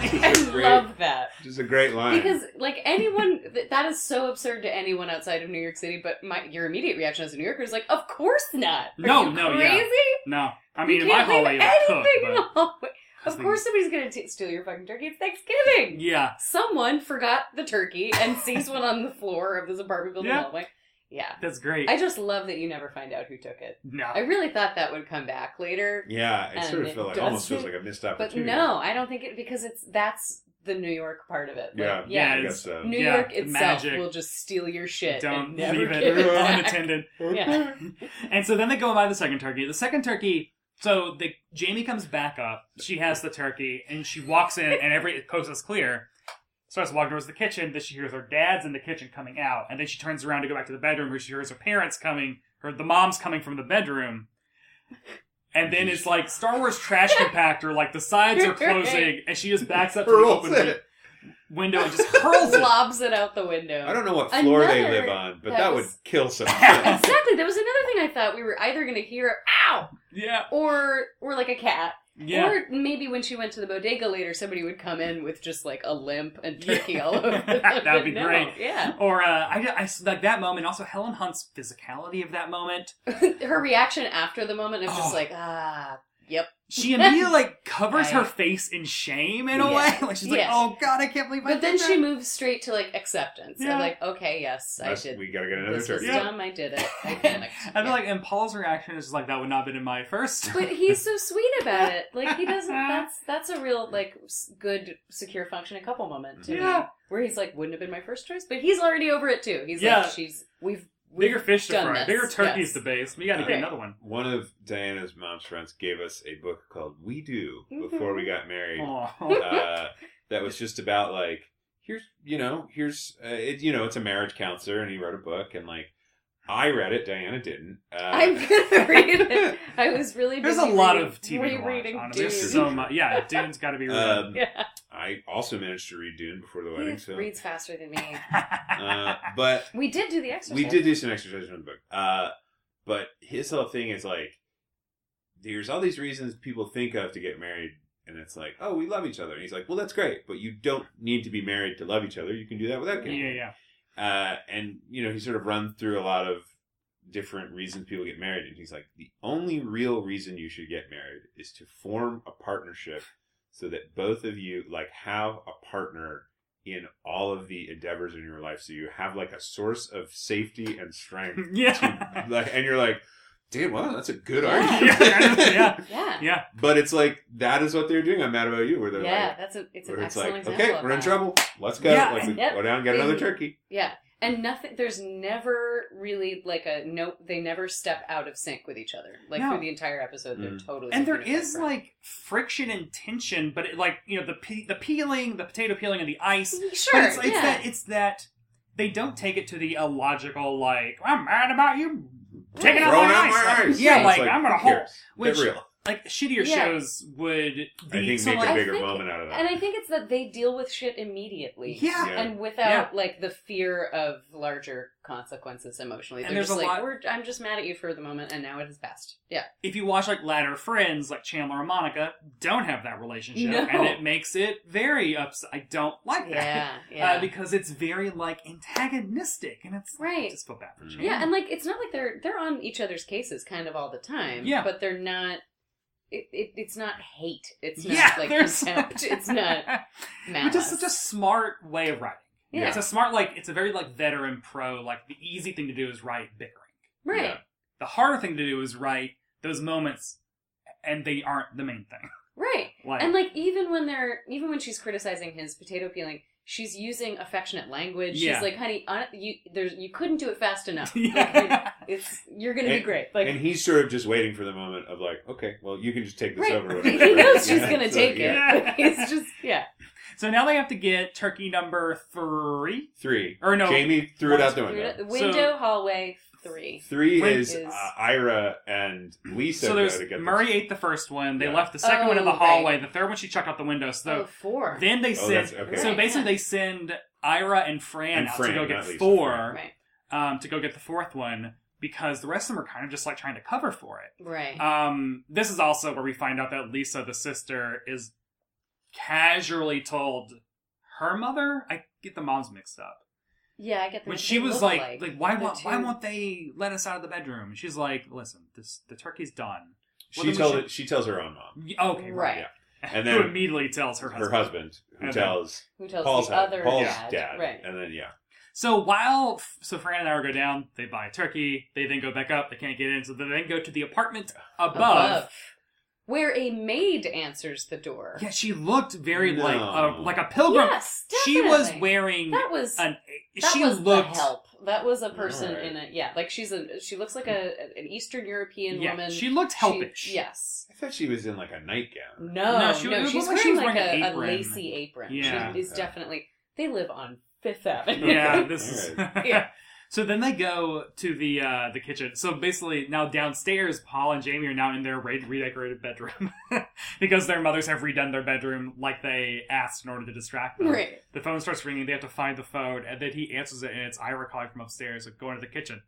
Speaker 4: I love that.
Speaker 3: Just a great line.
Speaker 4: Because like anyone, th- that is so absurd to anyone outside of New York City. But my your immediate reaction as a New Yorker is like, of course not. Are
Speaker 2: No,
Speaker 4: you
Speaker 2: no, yeah.
Speaker 4: crazy?
Speaker 2: No, I mean
Speaker 4: you
Speaker 2: in my
Speaker 4: can't leave
Speaker 2: hallway it was
Speaker 4: anything
Speaker 2: cooked,
Speaker 4: in the
Speaker 2: but
Speaker 4: hallway. Of
Speaker 2: thing-
Speaker 4: course, somebody's gonna t- steal your fucking turkey. It's Thanksgiving.
Speaker 2: yeah,
Speaker 4: Someone forgot the turkey and sees one on the floor of this apartment building
Speaker 2: Yeah.
Speaker 4: hallway. Yeah,
Speaker 2: that's great.
Speaker 4: I just love that you never find out who took it.
Speaker 2: no,
Speaker 4: I really thought that would come back later,
Speaker 3: yeah, it sort
Speaker 4: And
Speaker 3: of felt
Speaker 4: it
Speaker 3: like
Speaker 4: does
Speaker 3: almost feels
Speaker 4: too.
Speaker 3: like a missed
Speaker 4: but
Speaker 3: opportunity.
Speaker 4: no, I don't think it because it's that's the New York part of it. Like,
Speaker 3: Yeah,
Speaker 2: yeah,
Speaker 3: I
Speaker 2: it's-
Speaker 3: guess so.
Speaker 4: New
Speaker 2: Yeah,
Speaker 4: York
Speaker 2: the
Speaker 4: itself
Speaker 2: magic.
Speaker 4: will just steal your shit.
Speaker 2: don't
Speaker 4: and never
Speaker 2: leave it,
Speaker 4: give back.
Speaker 2: unattended.
Speaker 4: Yeah.
Speaker 2: And so then they go and buy the second turkey. The second turkey. So the Jamie comes back up. She has the turkey, and she walks in, and every coast is clear. Starts walking towards the kitchen. Then she hears her dad's in the kitchen coming out, and then she turns around to go back to the bedroom, where she hears her parents coming, or the mom's coming from the bedroom. And then it's like Star Wars trash compactor, like the sides are closing, and she just backs up to the
Speaker 3: Hurls
Speaker 2: open
Speaker 3: it.
Speaker 2: window and just hurls it.
Speaker 4: Lobs it out the window.
Speaker 3: I don't know what floor they
Speaker 4: Another-
Speaker 3: live on, but
Speaker 4: that
Speaker 3: that, would
Speaker 4: was-
Speaker 3: kill someone.
Speaker 4: exactly. That was another thing I thought we were either going to hear "ow"
Speaker 2: Yeah,
Speaker 4: or or like a cat,
Speaker 2: yeah.
Speaker 4: or maybe when she went to the bodega later, somebody would come in with just like a limp and turkey all over. them.
Speaker 2: That'd be
Speaker 4: No,
Speaker 2: great.
Speaker 4: Yeah,
Speaker 2: Or uh, I, I like that moment. Also, Helen Hunt's physicality of that moment.
Speaker 4: her reaction after the moment of just
Speaker 2: Oh.
Speaker 4: like ah, yep.
Speaker 2: She immediately like covers her
Speaker 4: Right.
Speaker 2: face in shame in a
Speaker 4: Yeah.
Speaker 2: way. Like she's
Speaker 4: Yeah.
Speaker 2: like, "Oh God, I can't believe." I
Speaker 4: But then
Speaker 2: did
Speaker 4: she
Speaker 2: that."
Speaker 4: moves straight to like acceptance.
Speaker 2: Yeah.
Speaker 4: And like, okay, yes, I
Speaker 3: That's-
Speaker 4: did.
Speaker 3: We gotta get another
Speaker 4: This was
Speaker 3: turkey.
Speaker 2: Yeah.
Speaker 4: dumb. I did it. I panicked.
Speaker 2: I feel like, and Paul's reaction is just like, "That would not have been in my first.
Speaker 4: But he's so sweet about it. Like he doesn't. That's that's a real like s- good secure functioning couple moment to me,
Speaker 2: Yeah.
Speaker 4: where he's like wouldn't have been my first choice, but he's already over it too. He's
Speaker 2: Yeah.
Speaker 4: like she's we've, we've
Speaker 2: bigger fish to
Speaker 4: done
Speaker 2: fry,
Speaker 4: this.
Speaker 2: bigger turkeys
Speaker 4: Yes.
Speaker 2: to base. We got to get
Speaker 4: Right.
Speaker 2: another one.
Speaker 3: One of Diana's mom's friends gave us a book called We Do
Speaker 4: Mhm.
Speaker 3: before we got married.
Speaker 2: Aw.
Speaker 3: uh, that was just about like here's you know here's uh, it you know it's a marriage counselor and he wrote a book and like I read it Diana didn't uh,
Speaker 4: I'm gonna read it. I was really
Speaker 2: There's a
Speaker 4: busy
Speaker 2: lot
Speaker 4: reading-
Speaker 2: of TV to watch.
Speaker 4: rereading
Speaker 2: honestly. There's
Speaker 4: Dune.
Speaker 2: so much. Yeah, Dune's got to be read.
Speaker 3: um,
Speaker 4: yeah,
Speaker 3: I also managed to read Dune before the wedding
Speaker 4: he
Speaker 3: so
Speaker 4: reads faster than me.
Speaker 3: uh, but
Speaker 4: We did do the exercise.
Speaker 3: we did do some exercises in the book uh, but his whole thing is like there's all these reasons people think of to get married and it's like oh we love each other and he's like well that's great but you don't need to be married to love each other you can do that without
Speaker 2: yeah,
Speaker 3: getting married.
Speaker 2: yeah.
Speaker 3: uh, and you know he sort of run through a lot of different reasons people get married and he's like the only real reason you should get married is to form a partnership so that both of you like have a partner in all of the endeavors in your life so you have like a source of safety and strength
Speaker 2: Yeah.
Speaker 3: to, like and you're like damn wow that's a good
Speaker 4: Yeah.
Speaker 3: argument
Speaker 2: Yeah.
Speaker 4: Yeah,
Speaker 2: Yeah.
Speaker 3: but it's like that is what they're doing i'm mad about you where they're
Speaker 4: yeah.
Speaker 3: like
Speaker 4: That's a, it's an
Speaker 3: where it's
Speaker 4: excellent
Speaker 3: like
Speaker 4: example.
Speaker 3: okay
Speaker 4: of
Speaker 3: we're in
Speaker 4: that.
Speaker 3: trouble let's go
Speaker 2: Yeah,
Speaker 3: let's
Speaker 4: and- yep.
Speaker 3: go down and get another
Speaker 4: And-
Speaker 3: turkey
Speaker 4: Yeah. And nothing there's never really like a nope they never step out of sync with each other. Like
Speaker 2: No.
Speaker 4: through the entire episode they're
Speaker 3: Mm.
Speaker 4: totally
Speaker 2: and there
Speaker 4: synced with
Speaker 2: is
Speaker 4: each other.
Speaker 2: like friction and tension, but it, like you know the pe- the peeling, the potato peeling, and the ice.
Speaker 4: Sure,
Speaker 2: but it's, it's
Speaker 4: yeah.
Speaker 2: that it's that they don't take it to the illogical like I'm mad about you taking out my,
Speaker 3: Throwing out
Speaker 2: ice.
Speaker 3: my
Speaker 2: Like,
Speaker 3: ice.
Speaker 2: Yeah,
Speaker 4: Right.
Speaker 2: like,
Speaker 3: It's like,
Speaker 2: I'm gonna
Speaker 3: who
Speaker 2: hold.
Speaker 3: cares?
Speaker 2: Which
Speaker 3: Get real.
Speaker 2: like shittier
Speaker 4: Yeah.
Speaker 2: shows would
Speaker 3: I
Speaker 2: be
Speaker 3: think
Speaker 2: so
Speaker 3: make
Speaker 2: like
Speaker 3: a bigger
Speaker 4: think-
Speaker 3: moment out of that.
Speaker 4: And I think it's that they deal with shit immediately.
Speaker 2: yeah.
Speaker 3: Yeah.
Speaker 4: And without like the fear of larger consequences emotionally.
Speaker 2: And
Speaker 4: They're
Speaker 2: there's
Speaker 4: just
Speaker 2: a
Speaker 4: like
Speaker 2: lot-
Speaker 4: we're I'm just mad at you for the moment and now it has passed. Yeah.
Speaker 2: If you watch like Ladder Friends, like Chandler and Monica don't have that relationship,
Speaker 4: No.
Speaker 2: and it makes it very upset. I don't like that.
Speaker 4: Yeah. Yeah.
Speaker 2: Uh, because it's very like antagonistic, and it's I
Speaker 4: Right.
Speaker 2: just feel bad
Speaker 3: Mm.
Speaker 2: for Chandler.
Speaker 4: Yeah, and like it's not like they're they're on each other's cases kind of all the time.
Speaker 2: Yeah.
Speaker 4: but they're not. It, it it's not hate. It's not
Speaker 2: yeah,
Speaker 4: like
Speaker 2: there's
Speaker 4: contempt. it's not malice.
Speaker 2: Which is such a smart way of writing.
Speaker 4: Yeah.
Speaker 2: It's a smart like it's a very like veteran pro like the easy thing to do is write bickering.
Speaker 4: right.
Speaker 3: Yeah.
Speaker 2: The harder thing to do is write those moments, and they aren't the main thing.
Speaker 4: Right.
Speaker 2: Like-
Speaker 4: and like even when they're even when she's criticizing his potato peeling, she's using affectionate language.
Speaker 2: Yeah.
Speaker 4: She's like, "Honey, on, you there's you couldn't do it fast enough.
Speaker 2: Yeah.
Speaker 4: It's you're gonna be
Speaker 3: And-
Speaker 4: great." Like
Speaker 3: and he's sort of just waiting for the moment of like, okay, well, you can just take this
Speaker 4: right.
Speaker 3: over.
Speaker 4: he
Speaker 3: whatever.
Speaker 4: knows she's
Speaker 3: Yeah,
Speaker 4: gonna
Speaker 3: so,
Speaker 4: take
Speaker 3: yeah.
Speaker 4: it. It's just yeah.
Speaker 2: So now they have to get turkey number three.
Speaker 3: Three.
Speaker 2: Or no.
Speaker 3: Jamie threw it out the
Speaker 4: Through
Speaker 3: window.
Speaker 4: the- Window, hallway, three.
Speaker 3: Three
Speaker 4: Wait,
Speaker 3: is, uh, Ira and Lisa
Speaker 2: So
Speaker 3: go
Speaker 2: there's
Speaker 3: to get
Speaker 2: Murray
Speaker 3: this.
Speaker 2: ate the first one. They left the second
Speaker 4: Oh,
Speaker 2: one in the
Speaker 4: right.
Speaker 2: hallway. The third one she chucked out the window. So
Speaker 4: Oh, four.
Speaker 2: Then they
Speaker 3: Oh,
Speaker 2: send.
Speaker 3: that's- okay.
Speaker 2: So
Speaker 3: Right,
Speaker 2: basically, they send Ira and Fran
Speaker 3: And
Speaker 2: out
Speaker 3: Fran,
Speaker 2: to go
Speaker 3: not
Speaker 2: get
Speaker 3: Lisa,
Speaker 2: four.
Speaker 4: Right.
Speaker 2: Um, to go get the fourth one because the rest of them are kind of just like trying to cover for it.
Speaker 4: Right.
Speaker 2: Um, this is also where we find out that Lisa, the sister, is casually told her mother. I get the moms mixed up
Speaker 4: yeah, I get the
Speaker 2: when she was like, like, why won't why won't
Speaker 4: they?
Speaker 2: they let us out of the bedroom? She's like, listen, this the turkey's done. Well,
Speaker 3: She
Speaker 2: then we
Speaker 3: tells
Speaker 2: should-
Speaker 3: it. She tells her own mom,
Speaker 2: Y- Okay, right.
Speaker 4: Right.
Speaker 3: and
Speaker 2: who
Speaker 3: then
Speaker 2: immediately tells her
Speaker 3: her
Speaker 2: husband.
Speaker 3: husband, who
Speaker 2: And then-
Speaker 3: tells
Speaker 4: Who tells
Speaker 3: Paul's
Speaker 4: the
Speaker 3: hu-
Speaker 4: other
Speaker 3: Paul's
Speaker 4: dad, right.
Speaker 3: and then yeah,
Speaker 2: So while so Fran and I go down, they buy a turkey. They then go back up. They can't get in, so they then go to the apartment above.
Speaker 4: Where a maid answers the door.
Speaker 2: Yeah, she looked very
Speaker 3: No.
Speaker 2: like a, like a pilgrim.
Speaker 4: Yes,
Speaker 2: she was
Speaker 4: definitely.
Speaker 2: wearing
Speaker 4: That was-
Speaker 2: an.
Speaker 4: That
Speaker 2: she
Speaker 4: was
Speaker 2: looked
Speaker 4: the help. That was a person
Speaker 3: Alright.
Speaker 4: in a yeah, like she's a she looks like a an Eastern European
Speaker 2: Yeah,
Speaker 4: woman.
Speaker 2: she looked helpish.
Speaker 4: She- yes.
Speaker 3: I thought she was in like a nightgown.
Speaker 4: No,
Speaker 2: No,
Speaker 4: no,
Speaker 2: she- it looked
Speaker 4: she's
Speaker 2: like
Speaker 4: wearing
Speaker 2: she was
Speaker 4: like
Speaker 2: wearing an
Speaker 4: a, a
Speaker 2: apron.
Speaker 4: lacy apron.
Speaker 2: Yeah.
Speaker 4: She is definitely. They live on Fifth Avenue.
Speaker 2: yeah, this is.
Speaker 4: Yeah.
Speaker 2: So then they go to the uh, the kitchen. So basically, now downstairs, Paul and Jamie are now in their re- redecorated bedroom because their mothers have redone their bedroom like they asked in order to distract them.
Speaker 4: Right.
Speaker 2: The phone starts ringing. They have to find the phone, and then he answers it, and it's Ira calling from upstairs, like going to the kitchen.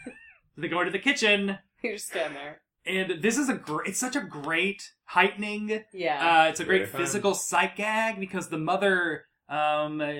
Speaker 2: they go into the kitchen,
Speaker 4: You're just down there.
Speaker 2: and this is a great. It's such a great heightening
Speaker 4: Yeah.
Speaker 2: uh, it's a great
Speaker 3: Very fun.
Speaker 2: physical sight gag because the mother, um, uh,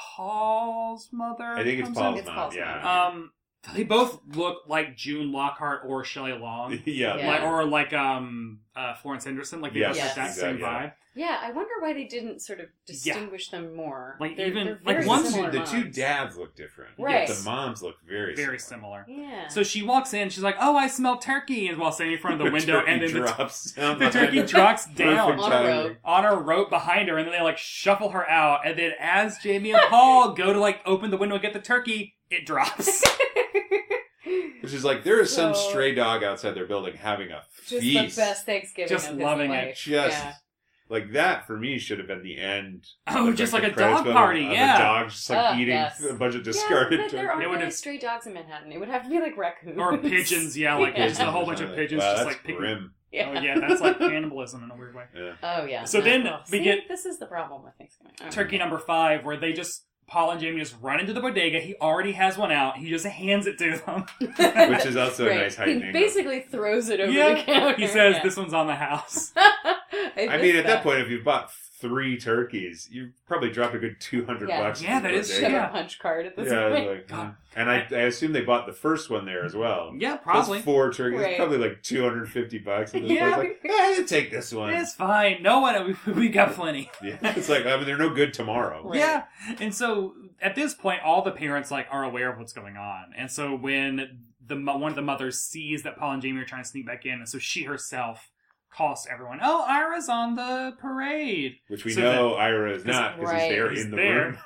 Speaker 2: Paul's mother.
Speaker 3: I think it's
Speaker 2: comes
Speaker 3: Paul's
Speaker 4: It's
Speaker 3: mom.
Speaker 4: Paul's
Speaker 2: in.
Speaker 3: yeah,
Speaker 2: Um, they both look like June Lockhart or Shelley Long,
Speaker 3: yeah,
Speaker 4: Yeah.
Speaker 2: like Um, or like um uh, Florence Henderson. Like they both
Speaker 4: Yes,
Speaker 2: have that same
Speaker 3: exactly, yeah.
Speaker 2: vibe.
Speaker 4: yeah. I wonder why they didn't sort of distinguish them more.
Speaker 2: Like,
Speaker 4: They're-
Speaker 2: even-
Speaker 4: they're
Speaker 2: like,
Speaker 4: very
Speaker 2: one-
Speaker 4: similar
Speaker 3: the two
Speaker 4: moms.
Speaker 3: dads look different.
Speaker 4: Right.
Speaker 3: But the moms look very
Speaker 2: Very similar.
Speaker 4: Yeah.
Speaker 2: So she walks in. She's like, "Oh, I smell turkey," and while standing in front of the window, and then the,
Speaker 3: drops down
Speaker 2: the turkey
Speaker 3: behind-
Speaker 2: drops
Speaker 3: Perfect
Speaker 2: down
Speaker 4: On a
Speaker 3: timing.
Speaker 4: rope.
Speaker 2: on a rope behind her, and then they like shuffle her out. And then as Jamie and Paul go to like open the window and get the turkey, it drops.
Speaker 3: Which is like there is some
Speaker 4: So-
Speaker 3: stray dog outside their building having a
Speaker 4: just
Speaker 3: feast.
Speaker 4: the best Thanksgiving.
Speaker 2: Just
Speaker 4: of his
Speaker 2: loving it.
Speaker 4: life.
Speaker 3: Just
Speaker 4: Yeah.
Speaker 3: like that for me should have been the end.
Speaker 2: Oh, just like
Speaker 3: the
Speaker 2: a
Speaker 3: credits
Speaker 2: dog
Speaker 3: of-
Speaker 2: party,
Speaker 3: of
Speaker 2: yeah.
Speaker 3: a dog just like
Speaker 4: Oh,
Speaker 3: eating
Speaker 4: yes.
Speaker 3: a bunch of
Speaker 4: yeah,
Speaker 3: discarded.
Speaker 4: but there
Speaker 3: turkey.
Speaker 4: aren't
Speaker 2: It would
Speaker 4: really
Speaker 2: have-
Speaker 4: stray dogs in Manhattan. It would have to be like raccoons
Speaker 2: or pigeons, yeah, like
Speaker 4: Yeah.
Speaker 2: just a whole bunch of pigeons,
Speaker 3: Wow,
Speaker 2: just
Speaker 3: that's
Speaker 2: like picking.
Speaker 3: grim.
Speaker 4: Yeah.
Speaker 2: Oh yeah, that's like cannibalism in a weird way.
Speaker 3: Yeah.
Speaker 4: Oh yeah.
Speaker 2: So then we
Speaker 4: See,
Speaker 2: get-
Speaker 4: this is the problem with Thanksgiving. All right.
Speaker 2: Turkey number five, where they just Paul and Jamie just run into the bodega. He already has one out. He just hands it to them.
Speaker 3: Which is also
Speaker 4: Right.
Speaker 3: a nice heightening.
Speaker 4: He basically throws it over the
Speaker 2: yeah,
Speaker 4: counter.
Speaker 2: he says
Speaker 4: yeah.
Speaker 2: this one's on the house.
Speaker 4: I,
Speaker 3: I
Speaker 4: missed
Speaker 3: mean, at that point, if you bought three turkeys, you probably dropped a good two hundred
Speaker 4: Yeah.
Speaker 3: bucks.
Speaker 2: Yeah,
Speaker 3: to
Speaker 2: that
Speaker 3: the
Speaker 2: is
Speaker 4: shove
Speaker 3: bodega.
Speaker 2: yeah.
Speaker 4: a punch card at this
Speaker 3: Yeah,
Speaker 4: point.
Speaker 3: like,
Speaker 2: God.
Speaker 3: mm. and I, I assume they bought the first one there as well.
Speaker 2: Yeah,
Speaker 3: Those
Speaker 2: probably.
Speaker 3: four turkeys,
Speaker 4: Right.
Speaker 3: probably like two hundred fifty bucks. And
Speaker 2: Yeah.
Speaker 3: yeah, like, eh, you take this one.
Speaker 2: it's fine. No one. We, we got plenty.
Speaker 3: Yeah, it's like I mean, they're no good tomorrow.
Speaker 4: Right.
Speaker 2: Yeah. And so at this point, all the parents like are aware of what's going on. And so when the mo- one of the mothers sees that Paul and Jamie are trying to sneak back in, and so she herself calls to everyone, "Oh, Ira's on the parade,"
Speaker 3: Which we
Speaker 2: So
Speaker 3: know Ira is not because
Speaker 4: Right.
Speaker 3: he's there
Speaker 2: then-
Speaker 3: in the room.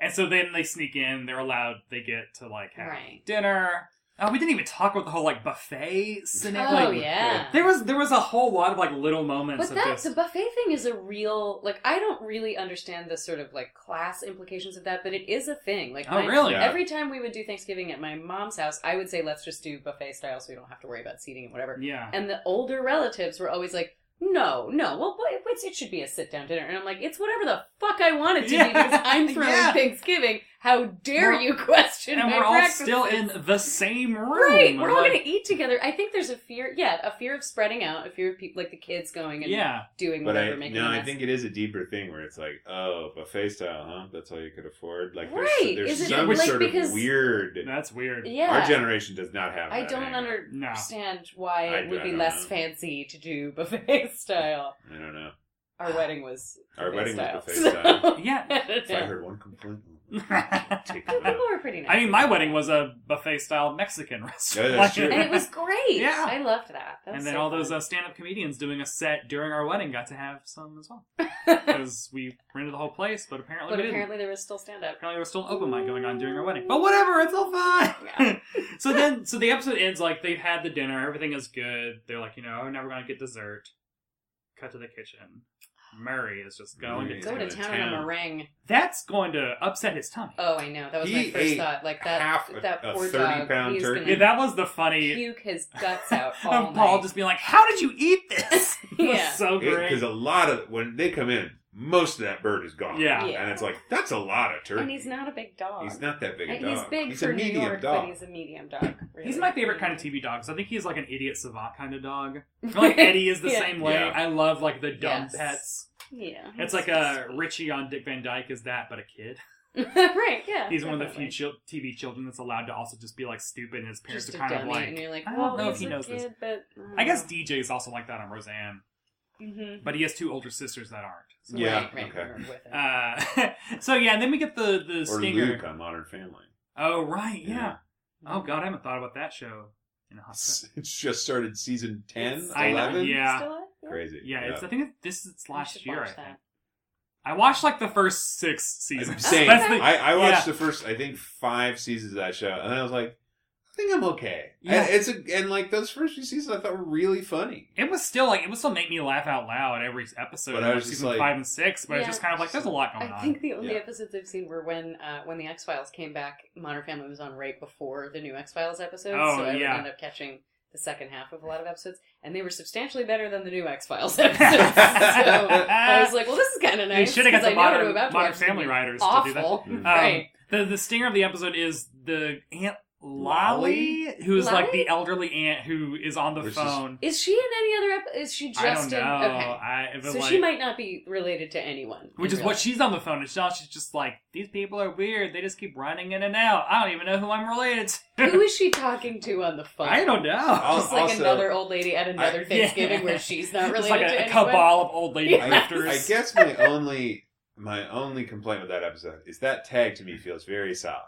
Speaker 2: And so then they sneak in. They're allowed. They get to like have
Speaker 4: Right.
Speaker 2: dinner. Oh, we didn't even talk about the whole like buffet scenario.
Speaker 4: Oh
Speaker 2: Like,
Speaker 4: yeah.
Speaker 2: There was there was a whole lot of like little moments
Speaker 4: But
Speaker 2: of
Speaker 4: that
Speaker 2: this.
Speaker 4: the buffet thing is a real like I don't really understand the sort of like class implications of that, but it is a thing. Like
Speaker 2: Oh,
Speaker 4: my-
Speaker 2: really?
Speaker 3: Yeah.
Speaker 4: every time we would do Thanksgiving at my mom's house, I would say let's just do buffet style so we don't have to worry about seating and whatever.
Speaker 2: yeah.
Speaker 4: And the older relatives were always like, "No, no, well, wait, wait, it should be a sit down dinner." And I'm like, "It's whatever the fuck I want it to
Speaker 2: Yeah.
Speaker 4: be because I'm throwing
Speaker 2: Yeah.
Speaker 4: Thanksgiving. How dare
Speaker 2: We're-
Speaker 4: you question
Speaker 2: And
Speaker 4: my
Speaker 2: we're all
Speaker 4: practices?"
Speaker 2: still in the same room.
Speaker 4: Right, we're all
Speaker 2: Like,
Speaker 4: gonna eat together. I think there's a fear, yeah, a fear of spreading out, a fear of people like the kids going and
Speaker 2: Yeah.
Speaker 4: doing
Speaker 3: But
Speaker 4: whatever,
Speaker 3: I
Speaker 4: making
Speaker 3: no,
Speaker 4: a
Speaker 3: I
Speaker 4: mess.
Speaker 3: think it is a deeper thing where it's like, oh, buffet style, huh? That's all you could afford. Like,
Speaker 4: Right.
Speaker 3: there's,
Speaker 4: Is
Speaker 3: there's
Speaker 4: it,
Speaker 3: some
Speaker 2: like,
Speaker 3: sort
Speaker 4: because-
Speaker 3: of weird.
Speaker 2: That's weird.
Speaker 4: yeah,
Speaker 3: Our generation does not have.
Speaker 4: I
Speaker 3: that
Speaker 4: don't
Speaker 3: anymore.
Speaker 4: understand why
Speaker 3: I
Speaker 4: it
Speaker 3: do,
Speaker 4: would
Speaker 3: I
Speaker 4: be
Speaker 3: don't
Speaker 4: less
Speaker 3: know.
Speaker 4: fancy to do buffet style.
Speaker 3: I don't know.
Speaker 4: Our wedding was
Speaker 3: Our wedding
Speaker 4: buffet
Speaker 3: was
Speaker 4: style,
Speaker 3: buffet
Speaker 4: so-
Speaker 3: style.
Speaker 2: Yeah.
Speaker 3: If I heard one complaint, take
Speaker 4: People
Speaker 3: it out.
Speaker 4: were pretty nice.
Speaker 2: I mean, my wedding was a buffet style Mexican restaurant.
Speaker 3: Yeah, that's true.
Speaker 4: and it was great.
Speaker 2: Yeah.
Speaker 4: I loved that. that was
Speaker 2: and then
Speaker 4: so
Speaker 2: all those
Speaker 4: fun.
Speaker 2: uh, stand up comedians doing a set during our wedding got to have some as well. Because we rented the whole place, but apparently
Speaker 4: but
Speaker 2: we didn't.
Speaker 4: apparently there was still stand up.
Speaker 2: Apparently, there was still an open mic going on during our wedding. But whatever, it's all fine.
Speaker 4: Yeah.
Speaker 2: so then, so the episode ends like they've had the dinner, everything is good. They're like, you know, now we're going to get dessert. Cut to the kitchen. Murray is just going to
Speaker 4: Murray's Go to going to town on a town. meringue.
Speaker 2: That's going to upset his tummy.
Speaker 4: Oh, I know. That was
Speaker 2: He
Speaker 4: my first
Speaker 2: ate
Speaker 4: thought. Like that.
Speaker 2: half a-
Speaker 4: that
Speaker 2: a
Speaker 4: poor
Speaker 2: 30
Speaker 4: dog.
Speaker 2: pound
Speaker 4: he's
Speaker 2: turkey.
Speaker 4: Gonna
Speaker 2: Yeah, that was the funny-
Speaker 4: Puke his guts out all
Speaker 2: and Paul
Speaker 4: night.
Speaker 2: just being like, "How did you eat this?"
Speaker 4: yeah.
Speaker 3: Because a lot of when they come in, most of that bird is gone.
Speaker 4: Yeah. Yeah.
Speaker 3: and it's like that's a lot of turkey.
Speaker 4: And he's not a big dog.
Speaker 3: He's not that big a
Speaker 4: And
Speaker 3: dog.
Speaker 4: He's big
Speaker 3: He's a
Speaker 4: for New
Speaker 3: medium
Speaker 4: York,
Speaker 3: dog.
Speaker 4: but he's a medium dog.
Speaker 2: He's my favorite kind of TV dog. So I think he's like an idiot savant kind of dog. I feel like Eddie is the
Speaker 4: Yeah.
Speaker 2: same way.
Speaker 4: Yeah.
Speaker 2: I love like the dumb
Speaker 4: Yes.
Speaker 2: pets.
Speaker 4: Yeah.
Speaker 2: It's like a Richie on Dick Van Dyke is that, but a kid.
Speaker 4: right. Yeah.
Speaker 2: He's one of the
Speaker 4: definitely.
Speaker 2: few chil- TV children that's allowed to also just be like stupid, and his parents
Speaker 4: Just
Speaker 2: are
Speaker 4: a
Speaker 2: kind of
Speaker 4: dummy,
Speaker 2: like,
Speaker 4: and you're like,
Speaker 2: I
Speaker 4: well,
Speaker 2: don't know if
Speaker 4: he's
Speaker 2: he
Speaker 4: a
Speaker 2: knows this.
Speaker 4: kid, but, mm.
Speaker 2: I guess DJ is also like that on Roseanne,
Speaker 4: Mhm.
Speaker 2: but he has two older sisters that aren't.
Speaker 3: Yeah, Right, right, okay. we're with
Speaker 2: Uh, so yeah, and then we get the the
Speaker 3: or
Speaker 2: stinger.
Speaker 3: Luke on Modern Family.
Speaker 2: Oh right, yeah.
Speaker 3: Yeah. Mm-hmm.
Speaker 2: Oh god, I haven't thought about that show in a hot second.
Speaker 3: It's just started season 10,
Speaker 2: Uh, I know,
Speaker 3: 11?
Speaker 2: yeah.
Speaker 3: Crazy.
Speaker 2: Yeah, it's I think it- this is
Speaker 4: You
Speaker 2: last
Speaker 4: should
Speaker 2: year. I
Speaker 4: watch
Speaker 2: think.
Speaker 4: that.
Speaker 2: I watched like the first six seasons.
Speaker 3: Same.
Speaker 2: That's the-
Speaker 3: I, I watched
Speaker 2: yeah.
Speaker 3: the first, I think, five seasons of that show, and I was like, I think I'm okay.
Speaker 2: Yeah.
Speaker 3: And it's a, and like those first few seasons, I thought were really funny.
Speaker 2: It was still like it would still make me laugh out loud every episode.
Speaker 3: But
Speaker 2: But
Speaker 3: I was just
Speaker 2: season
Speaker 3: like-
Speaker 2: five and six, but it's
Speaker 4: Yeah.
Speaker 2: just kind of like there's a lot going
Speaker 4: I
Speaker 2: on.
Speaker 4: think the only
Speaker 2: Yeah.
Speaker 4: episodes I've seen were when uh, when the X Files came back. Modern Family was on right before the new X Files episode,
Speaker 2: Oh,
Speaker 4: so I would
Speaker 2: yeah.
Speaker 4: end up catching the second half of a lot of episodes, and they were substantially better than the new X Files episodes. so I was like, well, this is kind of
Speaker 2: They
Speaker 4: nice.
Speaker 2: should have got the
Speaker 4: 'cause I know what
Speaker 2: modern,
Speaker 4: I'm about to
Speaker 2: modern
Speaker 4: watch is gonna
Speaker 2: family
Speaker 4: be
Speaker 2: writers to do that.
Speaker 4: awful.
Speaker 3: Mm.
Speaker 2: Um,
Speaker 4: right.
Speaker 2: the, the stinger of the episode is the Aunt Lolly,
Speaker 4: Lolly?
Speaker 2: who is like
Speaker 4: Lolly?
Speaker 2: the elderly aunt who is on the
Speaker 3: Which is-
Speaker 2: phone.
Speaker 4: Is she in any other? Ep- is she just
Speaker 2: I don't
Speaker 4: in?
Speaker 2: know.
Speaker 4: Okay.
Speaker 2: I- but
Speaker 4: so
Speaker 2: like-
Speaker 4: she might not be related to anyone.
Speaker 2: Which
Speaker 4: in
Speaker 2: is
Speaker 4: real
Speaker 2: what
Speaker 4: life.
Speaker 2: she's on the phone, and now she's just like, these people are weird. They just keep running in and out. I don't even know who I'm related to.
Speaker 4: Who is she talking to on the phone?
Speaker 2: I don't know.
Speaker 4: Just like another old lady at another
Speaker 2: I-
Speaker 4: Thanksgiving
Speaker 2: Yeah.
Speaker 4: where she's not
Speaker 2: It's
Speaker 4: related
Speaker 2: like
Speaker 4: to
Speaker 2: a, a
Speaker 4: anyone.
Speaker 2: cabal of old lady
Speaker 4: Yeah.
Speaker 3: I,
Speaker 2: grifters.
Speaker 3: I guess my only my only complaint with that episode is that tag to me feels very soft.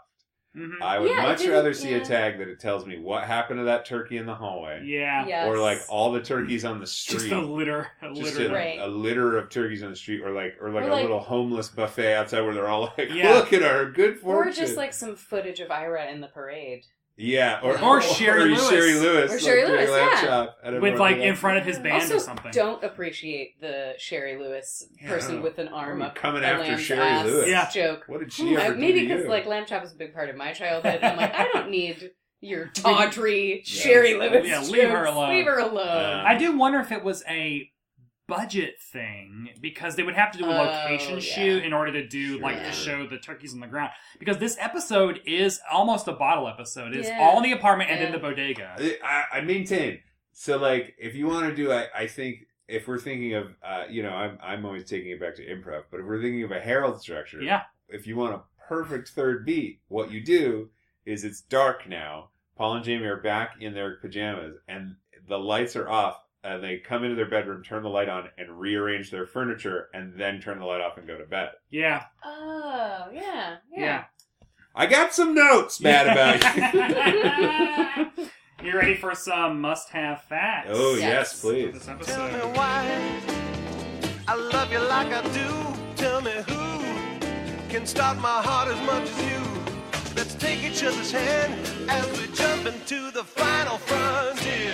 Speaker 3: I would
Speaker 2: Yeah, it
Speaker 3: much
Speaker 2: didn't-
Speaker 3: rather see
Speaker 2: yeah.
Speaker 3: a tag that it tells me what happened to that turkey in the hallway.
Speaker 2: Yeah. Yes.
Speaker 3: Or like all the turkeys on the street.
Speaker 2: Just a litter. A
Speaker 3: Just
Speaker 2: litter.
Speaker 3: a, a litter of turkeys on the street, or like, or like
Speaker 4: Or
Speaker 3: a
Speaker 4: like-
Speaker 3: little homeless buffet outside where they're all like,
Speaker 2: Yeah.
Speaker 3: "Look at our good
Speaker 4: Or
Speaker 3: fortune."
Speaker 4: just like some footage of Ira in the parade.
Speaker 3: yeah, or,
Speaker 2: Or Sherry Lewis.
Speaker 3: Sherry Lewis,
Speaker 4: Or
Speaker 3: like,
Speaker 4: Sherry
Speaker 3: doing
Speaker 4: Lewis,
Speaker 3: lamb
Speaker 4: yeah.
Speaker 3: chop at a
Speaker 2: With, like,
Speaker 3: barbecue.
Speaker 2: in front of his band
Speaker 4: also,
Speaker 2: or something.
Speaker 4: Don't appreciate the Sherry Lewis
Speaker 3: Yeah, I
Speaker 4: person
Speaker 3: don't
Speaker 4: with an arm
Speaker 3: Why are
Speaker 4: up
Speaker 3: you coming
Speaker 4: a
Speaker 3: after
Speaker 4: lamb's
Speaker 3: Sherry
Speaker 4: ass
Speaker 3: Lewis? Yeah.
Speaker 4: joke.
Speaker 3: What did she
Speaker 4: Hmm, I-
Speaker 3: ever do
Speaker 4: maybe
Speaker 3: to
Speaker 4: because
Speaker 3: you?
Speaker 4: like lamb chop is a big part of my childhood. and I'm like, I don't need your tawdry Sherry Lewis.
Speaker 2: Yeah, leave her
Speaker 4: jokes.
Speaker 2: alone.
Speaker 4: Leave her alone.
Speaker 2: Uh, I do wonder if it was a budget thing because they would have to do a
Speaker 4: Oh,
Speaker 2: location
Speaker 4: yeah.
Speaker 2: shoot in order to do like to
Speaker 4: Sure.
Speaker 2: show the turkeys on the ground because this episode is almost a bottle episode. It's
Speaker 3: Yeah.
Speaker 2: all in the apartment and
Speaker 3: Yeah.
Speaker 2: in the bodega.
Speaker 3: I, I maintain. So, like, if you want to do, I, I think if we're thinking of, uh, you know, I'm, I'm always taking it back to improv, but if we're thinking of a Herald structure,
Speaker 2: Yeah.
Speaker 3: if you want a perfect third beat, what you do is it's dark now. Paul and Jamie are back in their pajamas, and the lights are off. And they come into their bedroom, turn the light on, and rearrange their furniture, and then turn the light off and go to bed.
Speaker 2: Yeah.
Speaker 4: Oh, yeah,
Speaker 2: Yeah.
Speaker 4: yeah.
Speaker 3: I got some notes, Matt, about you.
Speaker 2: You ready for some must-have facts?
Speaker 3: Oh, yes, please.
Speaker 2: This
Speaker 10: Tell me
Speaker 2: episode.
Speaker 10: why I love you like I do. Tell me who can stop my heart as much as you. Let's take each other's hand as we jump into the final frontier.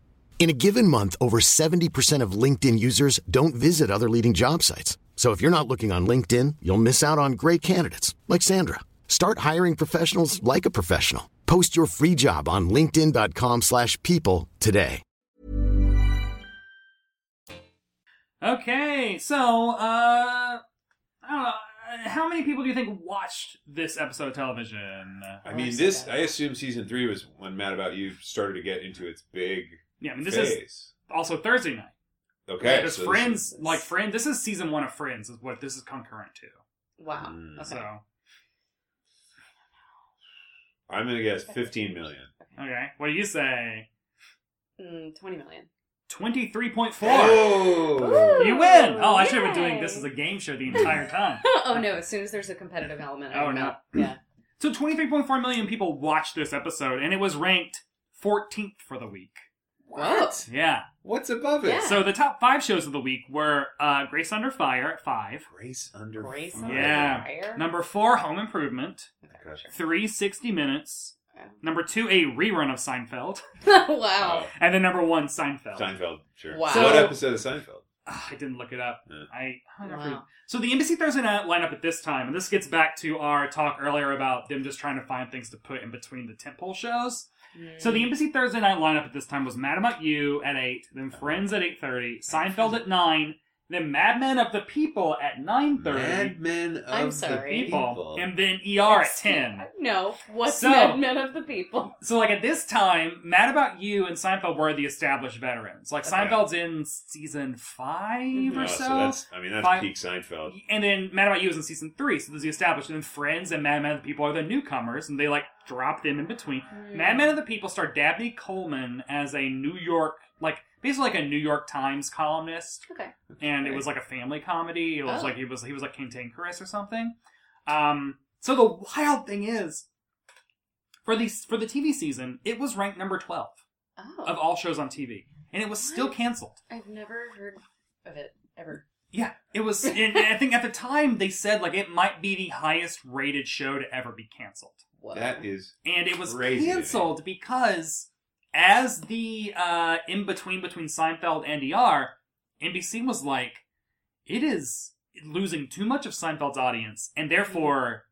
Speaker 11: In a given month, over 70% of LinkedIn users don't visit other leading job sites. So if you're not looking on LinkedIn, you'll miss out on great candidates like Sandra. Start hiring professionals like a professional. Post your free job on linkedin.com/people slash people today.
Speaker 2: Okay, so uh, I don't know. uh, how many people do you think watched this episode of television?
Speaker 3: I mean, this. I assume season three was when Mad About You started to get into its big.
Speaker 2: Yeah, I mean, this
Speaker 3: phase.
Speaker 2: is also Thursday night.
Speaker 3: Okay,
Speaker 2: Because
Speaker 3: so this
Speaker 2: Friends, like Friends, this is season one of Friends, is what this is concurrent to.
Speaker 4: Wow.
Speaker 3: Mm.
Speaker 4: Okay.
Speaker 2: So,
Speaker 3: I'm gonna guess 15 million.
Speaker 2: okay. What do you say?
Speaker 4: Mm, 20 million.
Speaker 2: 23.4.
Speaker 3: Oh. Ooh.
Speaker 2: You win! Oh, I should have been
Speaker 4: Yay.
Speaker 2: doing this as a game show the entire time.
Speaker 4: oh no, as soon as there's a competitive element, I
Speaker 2: Oh,
Speaker 4: don't
Speaker 2: no.
Speaker 4: know. Yeah.
Speaker 2: So 23.4 million people watched this episode, and it was ranked 14th for the week.
Speaker 4: What?
Speaker 2: Yeah.
Speaker 3: What's above
Speaker 4: it? Yeah.
Speaker 2: So the top five shows of the week were uh, Grace Under Fire at five.
Speaker 3: Grace Under
Speaker 4: Grace Under
Speaker 2: yeah.
Speaker 4: Fire?
Speaker 2: Number four, Home Improvement. Three, 60 Minutes. Number two, a rerun of Seinfeld.
Speaker 4: wow.
Speaker 2: And then number one, Seinfeld.
Speaker 3: Seinfeld, sure.
Speaker 2: Wow.
Speaker 3: what
Speaker 2: So-
Speaker 3: episode of Seinfeld?
Speaker 2: Ah, I didn't look it up. I I don't
Speaker 4: Wow.
Speaker 2: know. so the Embassy Thursday night lineup at this time, and this gets back to our talk earlier about them just trying to find things to put in between the tentpole shows. So the Embassy Thursday night lineup at this time was Mad About You at eight, then Friends at eight thirty, Seinfeld at nine, then Mad Men of the People at nine thirty,
Speaker 3: Mad Men of
Speaker 4: I'm the sorry. People.
Speaker 2: and then ER at ten.
Speaker 4: No. What's
Speaker 2: So-
Speaker 4: Mad Men of the People?
Speaker 2: So like at this time, Mad About You and Seinfeld were the established veterans. Like Seinfeld's in season 5
Speaker 3: Oh,
Speaker 2: or so.
Speaker 3: so that's. I mean, that's
Speaker 2: Five-
Speaker 3: peak Seinfeld.
Speaker 2: And then Mad About You is in season three, so there's the established. And then Friends and Mad Men of the People are the newcomers, and they like drop them in between. Mad Men of the People starred Dabney Coleman as a New York, like basically like a New York Times columnist,
Speaker 4: Okay.
Speaker 2: and it was like a family comedy. It was
Speaker 4: Oh.
Speaker 2: like he was he was like cantankerous or something. Um, so the wild thing is, for the for the TV season, it was ranked number twelve
Speaker 4: Oh.
Speaker 2: of all shows on TV, and it was still canceled.
Speaker 4: I've never heard of it ever.
Speaker 2: Yeah, it was. And I think at the time they said like it might be the highest rated show to ever be canceled.
Speaker 3: That is.
Speaker 2: And it was
Speaker 3: crazy to me.
Speaker 2: canceled because as the uh, in between between Seinfeld and ER, NBC was like, it is losing too much of Seinfeld's audience, and therefore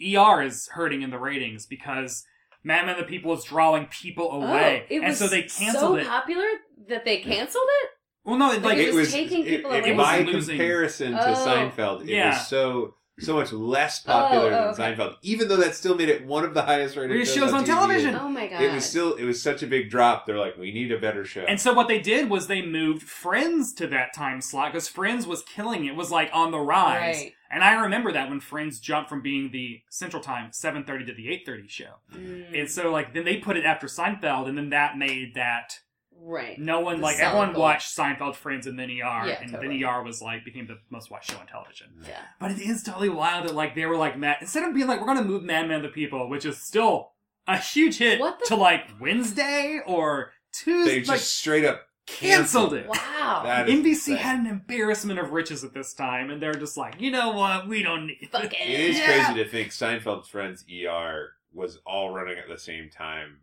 Speaker 2: ER is hurting in the ratings because Mad Men of the People is drawing people away,
Speaker 4: Oh, it
Speaker 2: and
Speaker 4: was
Speaker 2: so they
Speaker 4: so
Speaker 2: canceled it.
Speaker 4: popular that they canceled it?
Speaker 2: Well, no,
Speaker 4: Like, it was taking
Speaker 3: it-
Speaker 4: people
Speaker 3: it-
Speaker 4: away.
Speaker 3: by
Speaker 4: It was losing.
Speaker 3: comparison to
Speaker 4: Oh.
Speaker 3: Seinfeld, it
Speaker 2: Yeah.
Speaker 3: was so so much less popular
Speaker 4: Oh, oh, okay.
Speaker 3: than Seinfeld, even though that still made it one of the highest rated
Speaker 2: Greatest shows on
Speaker 3: TV.
Speaker 2: television.
Speaker 4: Oh my god.
Speaker 3: It was still it was such a big drop. They're like, we need a better show.
Speaker 2: And so what they did was they moved Friends to that time slot because Friends was killing it. It was like on the rise.
Speaker 4: Right.
Speaker 2: And I remember that when Friends jumped from being the central time 7:30 to the 8:30 show.
Speaker 4: Mm.
Speaker 2: And so like then they put it after Seinfeld and then that made that
Speaker 4: Right.
Speaker 2: no one
Speaker 4: The
Speaker 2: like
Speaker 4: solid
Speaker 2: everyone
Speaker 4: gold.
Speaker 2: watched Seinfeld, Friends, and then ER,
Speaker 4: Yeah,
Speaker 2: and
Speaker 4: totally.
Speaker 2: then ER was like became the most watched show on television.
Speaker 4: Yeah.
Speaker 2: But it is totally wild that like they were like Matt instead of being like we're gonna move Mad Men the People, which is still a huge hit to like Wednesday or Tuesday.
Speaker 3: they just
Speaker 2: like,
Speaker 3: straight up
Speaker 2: canceled it.
Speaker 4: Wow.
Speaker 3: That is
Speaker 2: NBC
Speaker 3: insane.
Speaker 2: had an embarrassment of riches at this time, and they're just like, you know what? We don't need.
Speaker 4: Fuck it.
Speaker 3: It is
Speaker 2: Yeah.
Speaker 3: crazy to think Seinfeld's Friends ER was all running at the same time.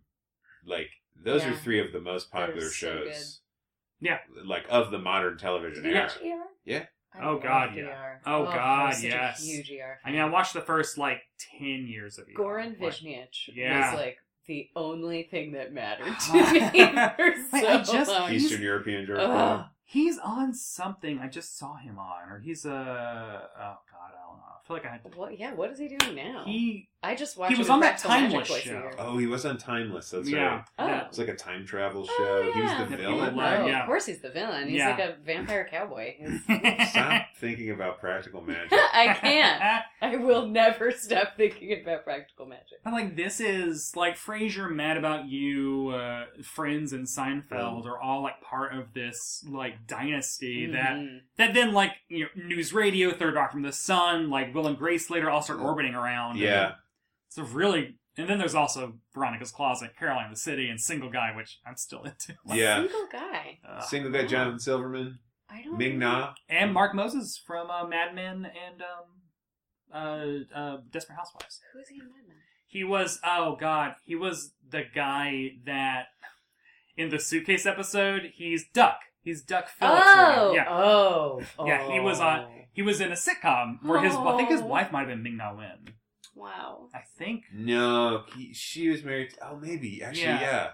Speaker 3: Like those are
Speaker 4: Yeah.
Speaker 3: three of the most
Speaker 4: They're
Speaker 3: popular
Speaker 4: so
Speaker 3: shows,
Speaker 2: Yeah.
Speaker 3: like of the modern television
Speaker 4: Did you
Speaker 3: era.
Speaker 4: watch ER?
Speaker 3: Yeah.
Speaker 4: I
Speaker 2: Oh
Speaker 4: love
Speaker 2: god, yeah.
Speaker 4: ER.
Speaker 2: Oh
Speaker 4: I
Speaker 2: god,
Speaker 4: was such a
Speaker 2: yes.
Speaker 4: Huge ER.
Speaker 2: I mean, I watched the first like ten years of ER.
Speaker 4: Goran
Speaker 2: Like-
Speaker 4: Vishniach
Speaker 2: Yeah.
Speaker 4: was like the only thing that mattered to me for
Speaker 2: Wait,
Speaker 4: so
Speaker 2: I just-
Speaker 4: long.
Speaker 2: he's-
Speaker 3: Eastern European George
Speaker 4: Ugh.
Speaker 3: Clooney.
Speaker 2: He's on something. I just saw him on, or he's a. Oh god, I don't know. I feel like I had.
Speaker 4: What? Yeah. What is he doing now?
Speaker 2: He
Speaker 4: I just watched.
Speaker 2: he
Speaker 4: him
Speaker 2: was
Speaker 4: in
Speaker 2: on that
Speaker 4: Practical Magic
Speaker 2: Timeless
Speaker 4: twice a
Speaker 2: show.
Speaker 4: year.
Speaker 3: Oh, he was on Timeless. That's
Speaker 2: Yeah.
Speaker 3: right.
Speaker 4: Oh.
Speaker 3: It's like a time travel show. He was the
Speaker 2: That
Speaker 3: villain.
Speaker 2: people love,
Speaker 3: right?
Speaker 2: yeah.
Speaker 4: Of course, he's the villain. He's
Speaker 2: Yeah.
Speaker 4: like a vampire cowboy. He's-
Speaker 3: Stop thinking about practical magic.
Speaker 4: I can't. I will never stop thinking about practical magic.
Speaker 2: But like this is like Frasier, Mad About You, uh, Friends, and Seinfeld
Speaker 3: Mm.
Speaker 2: are all like part of this like dynasty that
Speaker 4: Mhm.
Speaker 2: that then like you know, News Radio, Third Rock from the Sun, like Will and Grace later all start orbiting around.
Speaker 3: Yeah.
Speaker 2: it's a really and then there's also Veronica's Closet, Caroline in the City, and Single Guy, which I'm still into.
Speaker 3: Yeah.
Speaker 4: Single guy.
Speaker 3: Single guy Jonathan Silverman.
Speaker 4: I don't.
Speaker 3: Ming
Speaker 4: know.
Speaker 3: Na.
Speaker 2: and Mark Moses from uh, Mad Men and um, uh, uh, Desperate Housewives.
Speaker 4: Who is he in Mad Men?
Speaker 2: He was oh god, he was the guy that in the suitcase episode, he's Duck. He's Duck Phillips. or whatever.
Speaker 4: Oh,
Speaker 2: yeah.
Speaker 4: oh,
Speaker 2: Yeah, he was on he was in a sitcom where his I think his
Speaker 4: Oh.
Speaker 2: wife might have been Ming Na Wen.
Speaker 4: Wow.
Speaker 2: I think.
Speaker 3: No, he, she was married. To, oh, maybe actually,
Speaker 2: Yeah.
Speaker 3: yeah.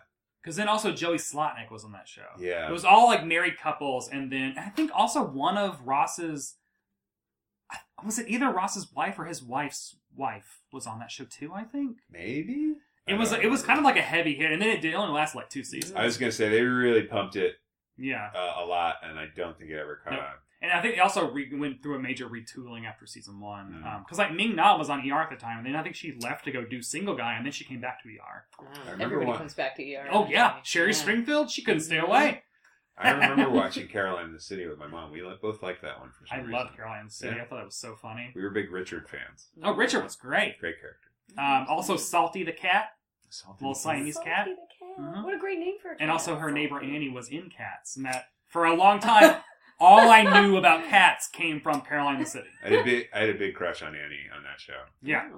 Speaker 2: Cause then also Joey Slotnick was on that show.
Speaker 3: Yeah.
Speaker 2: It was all like married couples and then I think also one of Ross's was it either Ross's wife or his wife's wife was on that show too? I think
Speaker 3: maybe
Speaker 2: it was. It was kind of like a heavy hit, and then it did only last like two seasons.
Speaker 3: I was gonna say they really pumped it.
Speaker 2: Yeah.
Speaker 3: Uh, a lot, and I don't think it ever caught
Speaker 2: Nope.
Speaker 3: on.
Speaker 2: And I think they also re- went through a major retooling after season one, because like Ming Na was on ER at the time, and then I think she left to go do Single Guy, and then she came back to ER.
Speaker 3: remember
Speaker 4: Um, Everybody
Speaker 3: one-
Speaker 4: comes back to ER.
Speaker 2: Oh yeah, Sherry
Speaker 4: Sherry's
Speaker 2: Springfield. She couldn't stay away.
Speaker 3: I remember watching Caroline in the City with my mom. We li- both liked that one for some
Speaker 2: I
Speaker 3: reason.
Speaker 2: love Caroline City.
Speaker 3: Yeah.
Speaker 2: I thought it was so funny.
Speaker 3: We were big Richard fans.
Speaker 2: Oh, Richard was great.
Speaker 3: Great character.
Speaker 2: Um, also, Salty the cat, little Siamese cat,
Speaker 4: What a great name for a cat.
Speaker 2: and also her neighbor Annie was in Cats, and that for a long time, all I knew about Cats came from Caroline in the City.
Speaker 3: I had a big, I had a big crush on Annie on that show.
Speaker 2: Yeah.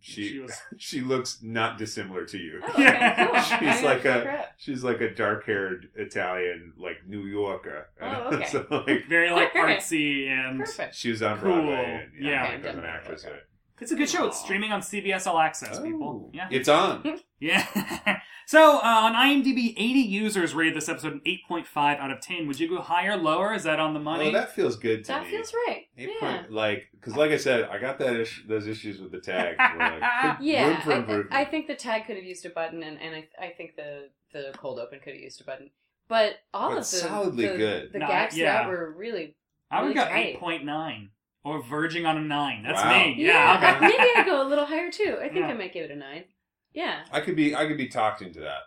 Speaker 3: She she,
Speaker 2: She was-
Speaker 3: looks not dissimilar to you.
Speaker 2: Oh, okay, Yeah. cool. I
Speaker 3: she's like
Speaker 2: didn't
Speaker 3: a
Speaker 2: trip.
Speaker 3: she's like a dark haired Italian like New Yorker.
Speaker 2: Oh, okay.
Speaker 3: so like
Speaker 2: Very like
Speaker 3: Okay.
Speaker 2: artsy and
Speaker 3: Perfect. She was on
Speaker 2: cool.
Speaker 3: Broadway and- yeah,
Speaker 2: yeah,
Speaker 3: like, Okay, as an done. actress, Okay.
Speaker 2: It's a good show. It's streaming on CBS All
Speaker 3: Oh.
Speaker 2: Access. People, yeah,
Speaker 3: It's on.
Speaker 2: yeah. so uh, on IMDb, 80 users rated this episode an 8.5 out of 10. Would you go higher, lower? Is that on the money?
Speaker 3: Oh, that feels good to
Speaker 4: That
Speaker 3: me.
Speaker 4: feels right.
Speaker 3: Eight
Speaker 4: yeah.
Speaker 3: point, like because like I said, I got that ish, those issues with the tag. where, like, room
Speaker 4: yeah,
Speaker 3: for
Speaker 4: I, th-
Speaker 3: improvement.
Speaker 4: I think the tag could have used a button, and, and I, I think the, the cold open could have used a button. But all
Speaker 3: But
Speaker 4: of the
Speaker 3: solidly
Speaker 4: the,
Speaker 3: good.
Speaker 4: the
Speaker 2: No,
Speaker 4: gags
Speaker 2: yeah.
Speaker 4: that were really.
Speaker 2: I would
Speaker 4: really
Speaker 2: go
Speaker 4: tight.
Speaker 2: 8.9 or verging on a 9. That's
Speaker 3: Wow.
Speaker 2: me.
Speaker 4: Yeah,
Speaker 2: Yeah, I'll go.
Speaker 4: maybe I go a little higher too. I think
Speaker 2: Yeah.
Speaker 4: I might give it a nine. Yeah,
Speaker 3: I could be I could be talked into that.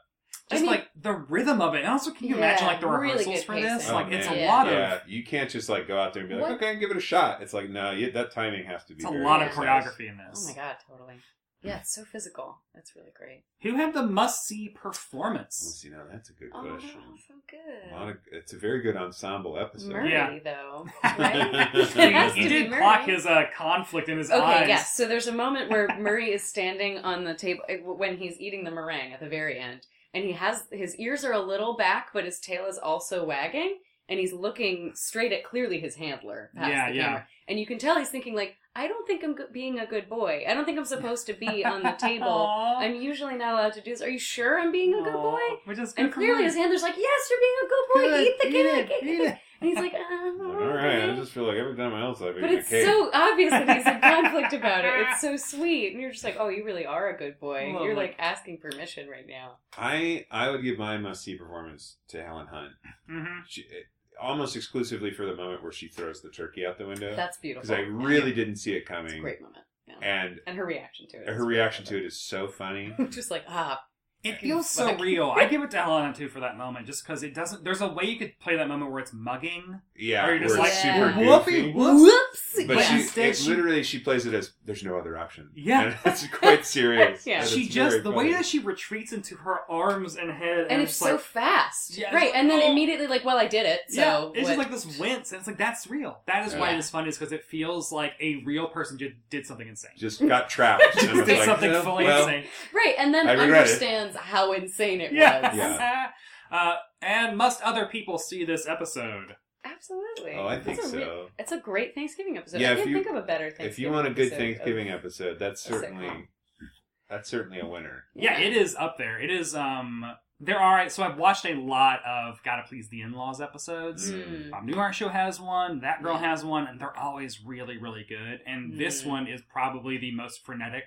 Speaker 2: Just
Speaker 4: I mean-
Speaker 2: like the rhythm of it. And also, can you
Speaker 4: Yeah,
Speaker 2: imagine like the
Speaker 4: really
Speaker 2: rehearsals
Speaker 4: good
Speaker 2: for
Speaker 4: pacing.
Speaker 2: this? like, it's a
Speaker 4: man.
Speaker 2: lot
Speaker 3: Oh, yeah,
Speaker 2: of.
Speaker 3: you can't just like go out there and be like,
Speaker 4: What?
Speaker 3: okay, give it a shot. It's like no, you, that timing has to be.
Speaker 2: It's a
Speaker 3: very
Speaker 2: lot of
Speaker 3: precise.
Speaker 2: choreography in
Speaker 4: Oh
Speaker 2: this.
Speaker 4: my god, totally. Yeah, it's so physical. That's really great.
Speaker 2: Who had the must see performance?
Speaker 3: See, now that's a good
Speaker 4: Oh, they're all
Speaker 3: question.
Speaker 4: so good.
Speaker 3: A lot of, it's a very good ensemble episode.
Speaker 4: Murray,
Speaker 2: Yeah.
Speaker 4: though.
Speaker 2: He-
Speaker 4: has
Speaker 2: he
Speaker 4: to be
Speaker 2: did
Speaker 4: Murray.
Speaker 2: clock his uh, conflict in his
Speaker 4: Okay,
Speaker 2: eyes.
Speaker 4: yes. So there's a moment where Murray is standing on the table eh, when he's eating the meringue at the very end, and he has his ears are a little back, but his tail is also wagging, and he's looking straight at clearly his handler past
Speaker 2: Yeah,
Speaker 4: the
Speaker 2: yeah.
Speaker 4: camera, and you can tell he's thinking like. I don't think I'm go- being a good boy. I don't think I'm supposed to be on the table.
Speaker 2: Aw.
Speaker 4: I'm usually not allowed to do this. Are you sure I'm being a good
Speaker 2: Aw,
Speaker 4: boy?
Speaker 2: Which is good
Speaker 4: And
Speaker 2: for
Speaker 4: clearly
Speaker 2: Murray.
Speaker 4: his handler's like, "Yes, you're being a good boy.
Speaker 2: Good,
Speaker 4: eat the
Speaker 2: eat
Speaker 4: cake."
Speaker 2: it, eat it.
Speaker 4: And he's like,
Speaker 3: I'm
Speaker 4: "Uh,
Speaker 3: like, all right, I just feel like every time else I've eaten
Speaker 4: but
Speaker 3: a
Speaker 4: it's
Speaker 3: cake.
Speaker 4: so obvious that he's in conflict about it. It's so sweet, and you're just like, "Oh, you really are a good boy."
Speaker 2: Well,
Speaker 4: you're
Speaker 2: like-
Speaker 4: like asking permission right now.
Speaker 3: I I would give my must see performance to Helen Hunt.
Speaker 2: Mhm.
Speaker 3: She, it- almost exclusively for the moment where she throws the turkey out the window.
Speaker 4: That's
Speaker 3: because
Speaker 4: beautiful.
Speaker 3: I really didn't see it coming.
Speaker 4: It's a great moment. Yeah.
Speaker 3: And
Speaker 4: And her reaction to it.
Speaker 3: her reaction to it is so funny.
Speaker 4: reaction, just like ah,
Speaker 2: It feels so
Speaker 4: Fuck.
Speaker 2: real. I give it to Helena too for that moment, just because it doesn't. There's a way you could play that moment where it's mugging.
Speaker 3: Yeah,
Speaker 2: Or you're just
Speaker 3: where
Speaker 2: like
Speaker 3: it's super goofy.
Speaker 2: whoopee, whoops.
Speaker 4: whoops.
Speaker 3: But
Speaker 2: But
Speaker 3: she,
Speaker 2: instead
Speaker 3: it
Speaker 2: she-
Speaker 3: literally, she plays it as there's no other option.
Speaker 2: Yeah.
Speaker 3: And it's quite serious.
Speaker 4: Yeah.
Speaker 3: and
Speaker 2: She
Speaker 3: it's
Speaker 2: just
Speaker 3: very
Speaker 2: the
Speaker 3: funny.
Speaker 2: way that she retreats into her arms and head, and,
Speaker 4: And it's
Speaker 2: just
Speaker 4: so
Speaker 2: like,
Speaker 4: fast,
Speaker 2: Yeah,
Speaker 4: right?
Speaker 2: it's-
Speaker 4: And then
Speaker 2: oh.
Speaker 4: immediately, like, well, I did it. So
Speaker 2: yeah, it's
Speaker 4: what-
Speaker 2: just like this wince, and it's like that's real. That is why
Speaker 4: Yeah.
Speaker 2: this fun is because it feels like a real person just did something insane.
Speaker 3: just got trapped. and
Speaker 2: Just
Speaker 3: was
Speaker 2: did
Speaker 3: like,
Speaker 2: something
Speaker 3: "Oh,
Speaker 2: fully
Speaker 3: well,
Speaker 2: insane.
Speaker 4: right, and then
Speaker 3: I regret it.
Speaker 4: understands how insane it
Speaker 2: Yes.
Speaker 4: was.
Speaker 3: Yeah.
Speaker 2: Uh, and must other people see this episode?
Speaker 4: Absolutely.
Speaker 3: Oh, I
Speaker 4: That's
Speaker 3: think
Speaker 4: a re-
Speaker 3: so.
Speaker 4: It's a great Thanksgiving episode.
Speaker 3: Yeah,
Speaker 4: I
Speaker 3: if
Speaker 4: can't
Speaker 3: you-
Speaker 4: think of a better Thanksgiving
Speaker 3: If you want a good
Speaker 4: episode of-
Speaker 3: Thanksgiving episode, that's
Speaker 4: a sitcom.
Speaker 3: certainly that's certainly a winner.
Speaker 2: Yeah, it is up there. It is. Um, there are. So I've watched a lot of "Gotta Please the In-Laws" episodes.
Speaker 4: Mm.
Speaker 2: Bob Newhart show has one. That girl has one, and they're always really, really good. And this
Speaker 4: Mm.
Speaker 2: one is probably the most frenetic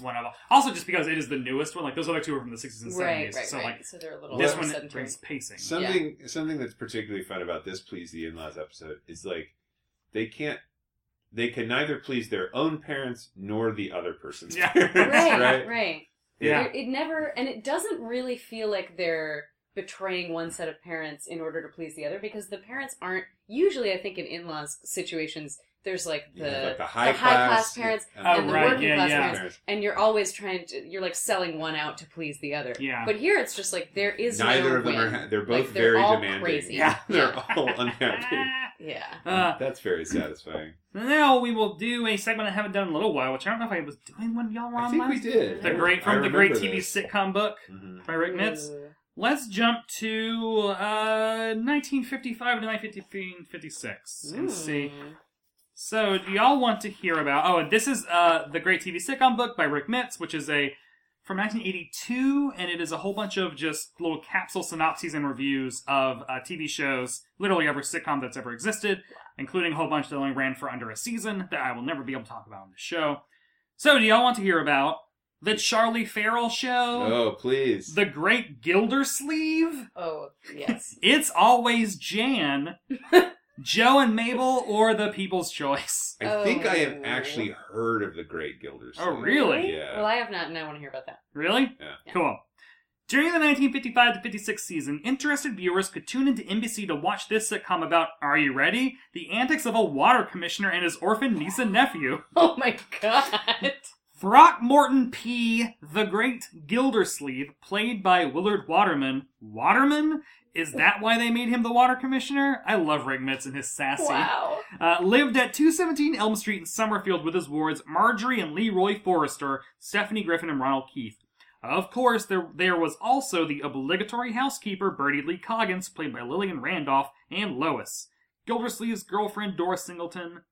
Speaker 2: one of all. Also, just because it is the newest one. Like those other two are from the sixties and
Speaker 4: Right,
Speaker 2: seventies.
Speaker 4: right,
Speaker 2: so
Speaker 4: right.
Speaker 2: like
Speaker 4: So they're a little
Speaker 2: this
Speaker 4: more
Speaker 2: one
Speaker 4: sedentary.
Speaker 2: brings pacing.
Speaker 3: Something something that's particularly fun about this please the in-laws episode is like they can't they can neither please their own parents nor the other person's
Speaker 2: Yeah.
Speaker 3: parents,
Speaker 4: right,
Speaker 3: right?
Speaker 4: right.
Speaker 3: Yeah.
Speaker 4: It, it never, and it doesn't really feel like they're betraying one set of parents in order to please the other because the parents aren't usually. I think in in-laws situations, there's like the,
Speaker 3: You have, like, the high class,
Speaker 4: parents
Speaker 3: yeah,
Speaker 4: and,
Speaker 2: Oh,
Speaker 4: the
Speaker 2: right,
Speaker 4: working
Speaker 2: yeah,
Speaker 4: class
Speaker 2: yeah.
Speaker 4: parents, and you're always trying to. You're like selling one out to please the other.
Speaker 2: Yeah.
Speaker 4: But here it's just like there is
Speaker 3: Neither
Speaker 4: no
Speaker 3: of them
Speaker 4: win.
Speaker 3: are ha- they're both
Speaker 4: Like,
Speaker 3: very
Speaker 4: all
Speaker 3: demanding.
Speaker 4: Crazy.
Speaker 3: Yeah, they're
Speaker 4: yeah.
Speaker 3: all unhappy.
Speaker 4: Yeah.
Speaker 2: Uh,
Speaker 3: that's very satisfying.
Speaker 2: now we will do a segment I haven't done in a little while, which I don't know if I was doing when y'all were on
Speaker 3: I think we
Speaker 2: last.
Speaker 3: did.
Speaker 2: The great
Speaker 3: I
Speaker 2: from the great
Speaker 3: remember
Speaker 2: TV
Speaker 3: this. Mm-hmm.
Speaker 2: sitcom book by Rick Mitz. Let's jump to uh, 1955 to 1956 and see. So, do y'all want to hear about? Oh, and this is uh, the Great TV Sitcom Book by Rick Mitz, which is a from 1982, and it is a whole bunch of just little capsule synopses and reviews of uh, TV shows, literally every sitcom that's ever existed. including a whole bunch that only ran for under a season that I will never be able to talk about on the show. So, do y'all want to hear about the Charlie Farrell show?
Speaker 3: Oh, please.
Speaker 2: The Great Gildersleeve?
Speaker 4: Oh, yes.
Speaker 2: It's always Jan, Joe and Mabel, or the People's Choice.
Speaker 3: I think I
Speaker 4: Oh.
Speaker 3: have actually heard of the Great Gildersleeve.
Speaker 2: Oh, really?
Speaker 3: Yeah.
Speaker 4: Well, I have not, and I want to hear about that.
Speaker 2: Really? Cool. During the 1955 to 56 season, interested viewers could tune into NBC to watch this sitcom about Are You Ready? The antics of a water commissioner and his orphan niece and nephew.
Speaker 4: Oh my god.
Speaker 2: Throckmorton P. the Great Gildersleeve, played by Willard Waterman. Waterman? Is that why they made him the water commissioner? I love Rick Mitz and his sassy.
Speaker 4: Wow.
Speaker 2: Uh, lived at 217 Elm Street in Summerfield with his wards Marjorie and Leroy Forrester, Stephanie Griffin, and Ronald Keith. Of course, there, there was also the obligatory housekeeper Bertie Lee Coggins, played by Lillian Randolph, and Lois. Gildersleeve's girlfriend Doris Singleton.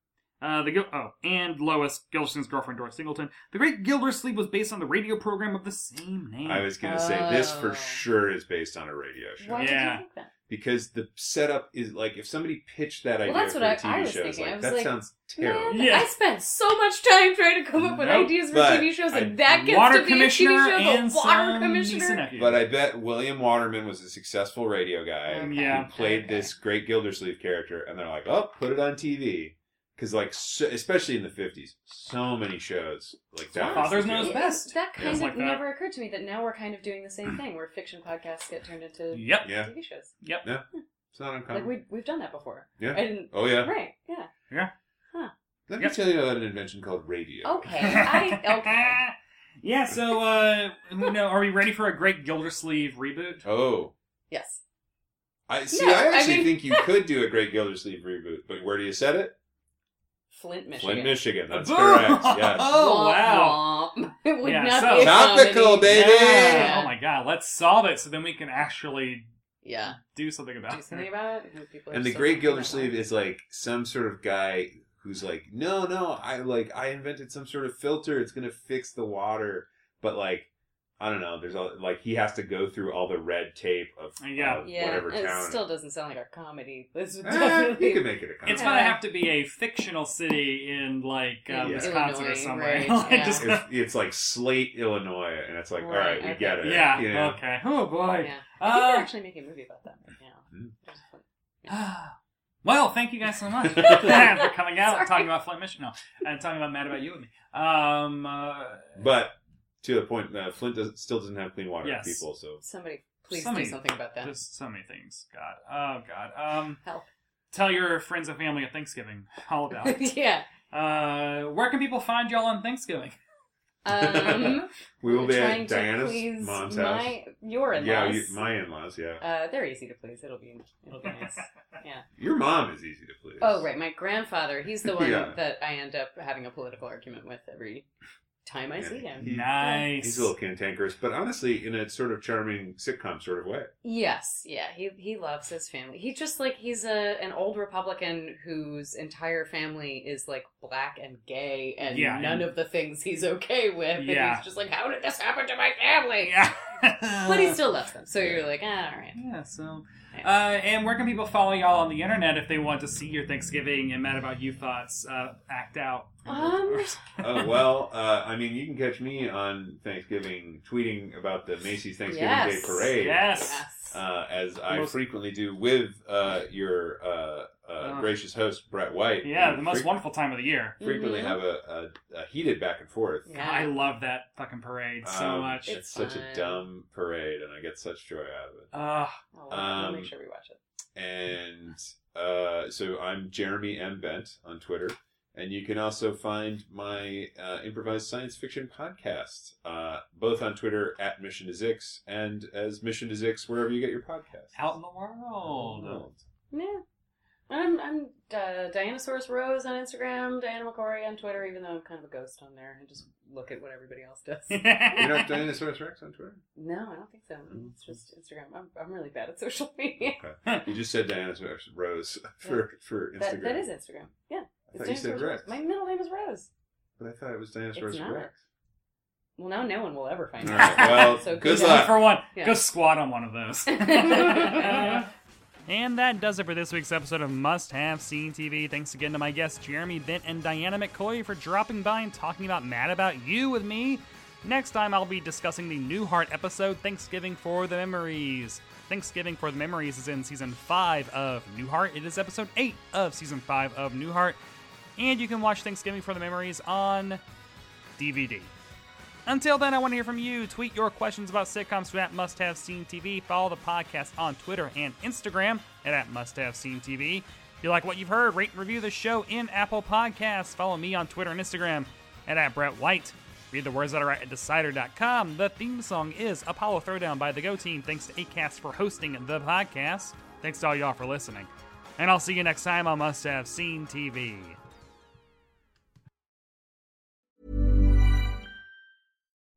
Speaker 2: Uh, the Gil- oh, and Lois, Gildersleeve's girlfriend Doris Singleton. The Great Gildersleeve was based on the radio program of the same name.
Speaker 3: I was going to say, this
Speaker 4: Oh.
Speaker 3: for sure is based on a radio show.
Speaker 4: Why did you Yeah. think that?
Speaker 3: Because the setup is like, if somebody pitched that
Speaker 4: Well,
Speaker 3: idea
Speaker 4: that's
Speaker 3: for
Speaker 4: what I-
Speaker 3: a TV
Speaker 4: I was
Speaker 3: show, it's
Speaker 4: thinking.
Speaker 3: like,
Speaker 4: I was
Speaker 3: that
Speaker 4: like,
Speaker 3: sounds terrible.
Speaker 4: Man, I spent so much time trying to come up with
Speaker 3: Nope,
Speaker 4: ideas for
Speaker 3: but
Speaker 4: TV shows, and
Speaker 3: I-
Speaker 4: that gets
Speaker 3: Water
Speaker 4: to be a TV
Speaker 3: Commissioner
Speaker 4: show.
Speaker 3: and
Speaker 4: The Water
Speaker 3: some
Speaker 4: Commissioner.
Speaker 3: But I bet William Waterman was a successful radio guy
Speaker 4: Okay.
Speaker 2: Yeah.
Speaker 3: who played this great Gildersleeve character, and they're like, "Oh, put it on TV," because like, so, especially in the fifties, so many shows like that. was the deal.
Speaker 4: That
Speaker 3: Yeah.
Speaker 4: kind of never occurred to me. That now we're kind of doing the same thing, where fiction podcasts get turned into
Speaker 3: Yep. Yeah.
Speaker 4: TV shows.
Speaker 2: Yep.
Speaker 3: Yeah. It's not uncommon.
Speaker 4: Like we we've done that before.
Speaker 3: Yeah.
Speaker 4: I didn't,
Speaker 3: Oh, yeah.
Speaker 4: Right. Yeah.
Speaker 2: Yeah.
Speaker 4: Huh.
Speaker 3: Let me tell you about an invention called radio.
Speaker 4: Okay. I okay.
Speaker 2: Yeah, so, uh, you know, are we ready for a Great Gildersleeve reboot?
Speaker 3: Oh,
Speaker 4: Yes.
Speaker 3: I see.
Speaker 4: No,
Speaker 3: I
Speaker 4: I
Speaker 3: actually
Speaker 4: mean-
Speaker 3: think you could do a great Gildersleeve reboot, but where do you set it?
Speaker 4: Flint, Michigan.
Speaker 3: Flint, Michigan. That's
Speaker 4: Boom!
Speaker 3: correct. Yes.
Speaker 2: Oh, wow.
Speaker 4: Womp, womp. It would
Speaker 2: Yeah,
Speaker 4: not
Speaker 2: so-
Speaker 4: be a comedy.
Speaker 2: Yeah.
Speaker 4: Yeah.
Speaker 2: Oh my god, let's solve it so then we can actually
Speaker 4: yeah
Speaker 2: do something about it.
Speaker 4: something about it. People are
Speaker 3: And the
Speaker 4: so
Speaker 3: Great
Speaker 4: thinking about
Speaker 3: Gildersleeve is like some sort of guy who's like, no, no, I like I invented some sort of filter. It's gonna fix the water, but like I don't know. There's all like he has to go through all the red tape of,
Speaker 2: Yeah.
Speaker 3: of
Speaker 4: it. Yeah,
Speaker 3: whatever
Speaker 4: it
Speaker 3: town.
Speaker 4: still doesn't sound like our comedy. This would
Speaker 3: Eh, you
Speaker 4: definitely
Speaker 3: could make it a comedy.
Speaker 2: It's gonna have to be a fictional city in like uh,
Speaker 4: Yeah.
Speaker 2: Wisconsin or
Speaker 4: Illinois,
Speaker 2: somewhere.
Speaker 4: right,
Speaker 2: Like,
Speaker 4: yeah.
Speaker 2: just-
Speaker 3: it's, it's like Slate, Illinois, and it's like, all right,
Speaker 4: Right,
Speaker 3: we
Speaker 4: okay.
Speaker 3: get it.
Speaker 2: yeah.
Speaker 3: you know?
Speaker 2: Okay. Oh boy.
Speaker 4: Yeah. I think
Speaker 2: Uh,
Speaker 4: they're actually making a movie about that right now.
Speaker 2: Well, thank you guys so much for coming out and talking about Flint, Michigan, no, and talking about Mad About You and Me. Um, uh,
Speaker 3: But to the point, uh, Flint does, still doesn't have clean water.
Speaker 2: Yes.
Speaker 3: People, so
Speaker 4: Somebody please
Speaker 2: So many-
Speaker 4: do something about that.
Speaker 2: Just so many things. God. Oh God. Um,
Speaker 4: Help.
Speaker 2: Tell your friends and family at Thanksgiving all about it.
Speaker 4: yeah.
Speaker 2: Uh, where can people find y'all on Thanksgiving?
Speaker 4: Um,
Speaker 3: we will be
Speaker 4: trying
Speaker 3: at
Speaker 4: to
Speaker 3: Diana's
Speaker 4: please
Speaker 3: mom's house.
Speaker 4: my, Your in-laws.
Speaker 3: Yeah, you, my in-laws. Yeah,
Speaker 4: Uh, they're easy to please. It'll be it'll be nice. Yeah.
Speaker 3: your mom is easy to please.
Speaker 4: Oh right, my grandfather. He's the one
Speaker 3: Yeah.
Speaker 4: that I end up having a political argument with every time I see him.
Speaker 3: He- He's a little cantankerous, but honestly, in a sort of charming sitcom sort of way.
Speaker 4: Yes, yeah, he he loves his family. He just like he's a an old Republican whose entire family is like black and gay and
Speaker 2: Yeah,
Speaker 4: none
Speaker 2: and-
Speaker 4: of the things he's okay with. And
Speaker 2: Yeah.
Speaker 4: he's just like, how did this happen to my family?
Speaker 2: Yeah,
Speaker 4: but he still loves them. So you're like, ah, all right.
Speaker 2: Yeah. So, uh, and where can people follow y'all on the internet if they want to see your Thanksgiving and Mad About You thoughts uh, act out?
Speaker 4: Um,
Speaker 3: Oh well, uh, I mean, you can catch me on Thanksgiving tweeting about the Macy's Thanksgiving
Speaker 4: Yes.
Speaker 3: Day Parade.
Speaker 2: Yes.
Speaker 3: Uh, as I
Speaker 2: Most-
Speaker 3: frequently do with uh, your uh, uh,
Speaker 2: Uh.
Speaker 3: gracious host, Brett White.
Speaker 2: Yeah,
Speaker 3: We
Speaker 2: the most
Speaker 3: frequ-
Speaker 2: wonderful time of the year.
Speaker 4: Mm-hmm.
Speaker 3: Frequently have a, a, a heated back and forth.
Speaker 2: God, I love that fucking parade so
Speaker 3: Um,
Speaker 2: much.
Speaker 3: It's, such a dumb parade, and I get such joy out of it.
Speaker 2: Uh,
Speaker 3: Um,
Speaker 4: we watch it.
Speaker 3: and uh, so I'm Jeremy M. Bent on Twitter. And you can also find my uh, improvised science fiction podcast, uh, both on Twitter at Mission to Zix and as Mission to Zix wherever you get your podcast.
Speaker 2: Out in the world.
Speaker 4: Yeah. I'm I'm uh, Dianosaurus Rose on Instagram, Diana McCory on Twitter, even though I'm kind of a ghost on there. I just look at what everybody else does.
Speaker 3: You're not Dinosaurus Rex on Twitter?
Speaker 4: No, I don't think so. It's just Instagram. I'm, I'm really bad at social media.
Speaker 3: Mm-hmm. Okay. You just said Dinosaurus Rose for, for Instagram.
Speaker 4: That, that is Instagram. Yeah.
Speaker 3: I thought you said
Speaker 4: Dinosaurs Rose.
Speaker 3: Rex.
Speaker 4: My middle name is Rose.
Speaker 3: But I thought it was Dinosaurus
Speaker 4: It's not.
Speaker 3: Rex.
Speaker 4: Well, now no one will ever find
Speaker 3: All
Speaker 4: out.
Speaker 3: right, well, good
Speaker 4: go-
Speaker 3: luck.
Speaker 2: For one,
Speaker 4: Yeah.
Speaker 2: go squat on one of those. And that does it for this week's episode of Must Have Seen TV. Thanks again to my guests, Jeremy Vint and Diana McCoy, for dropping by and talking about Mad About You with me. Next time, I'll be discussing the Newhart episode, Thanksgiving for the Memories. Thanksgiving for the Memories is in season 5 of Newhart. It is episode 8 of season 5 of Newhart. And you can watch Thanksgiving for the Memories on DVD. Until then, I want to hear from you. Tweet your questions about sitcoms to at Must Have Seen TV. Follow the podcast on Twitter and Instagram at, at Must Have Seen TV. If you like what you've heard, rate and review the show in Apple Podcasts. Follow me on Twitter and Instagram at, at Brett White. Read the words that are at decider.com. The theme song is Apollo Throwdown by the Go Team. Thanks to ACAST for hosting the podcast. Thanks to all y'all for listening. And I'll see you next time on Must Have Seen TV.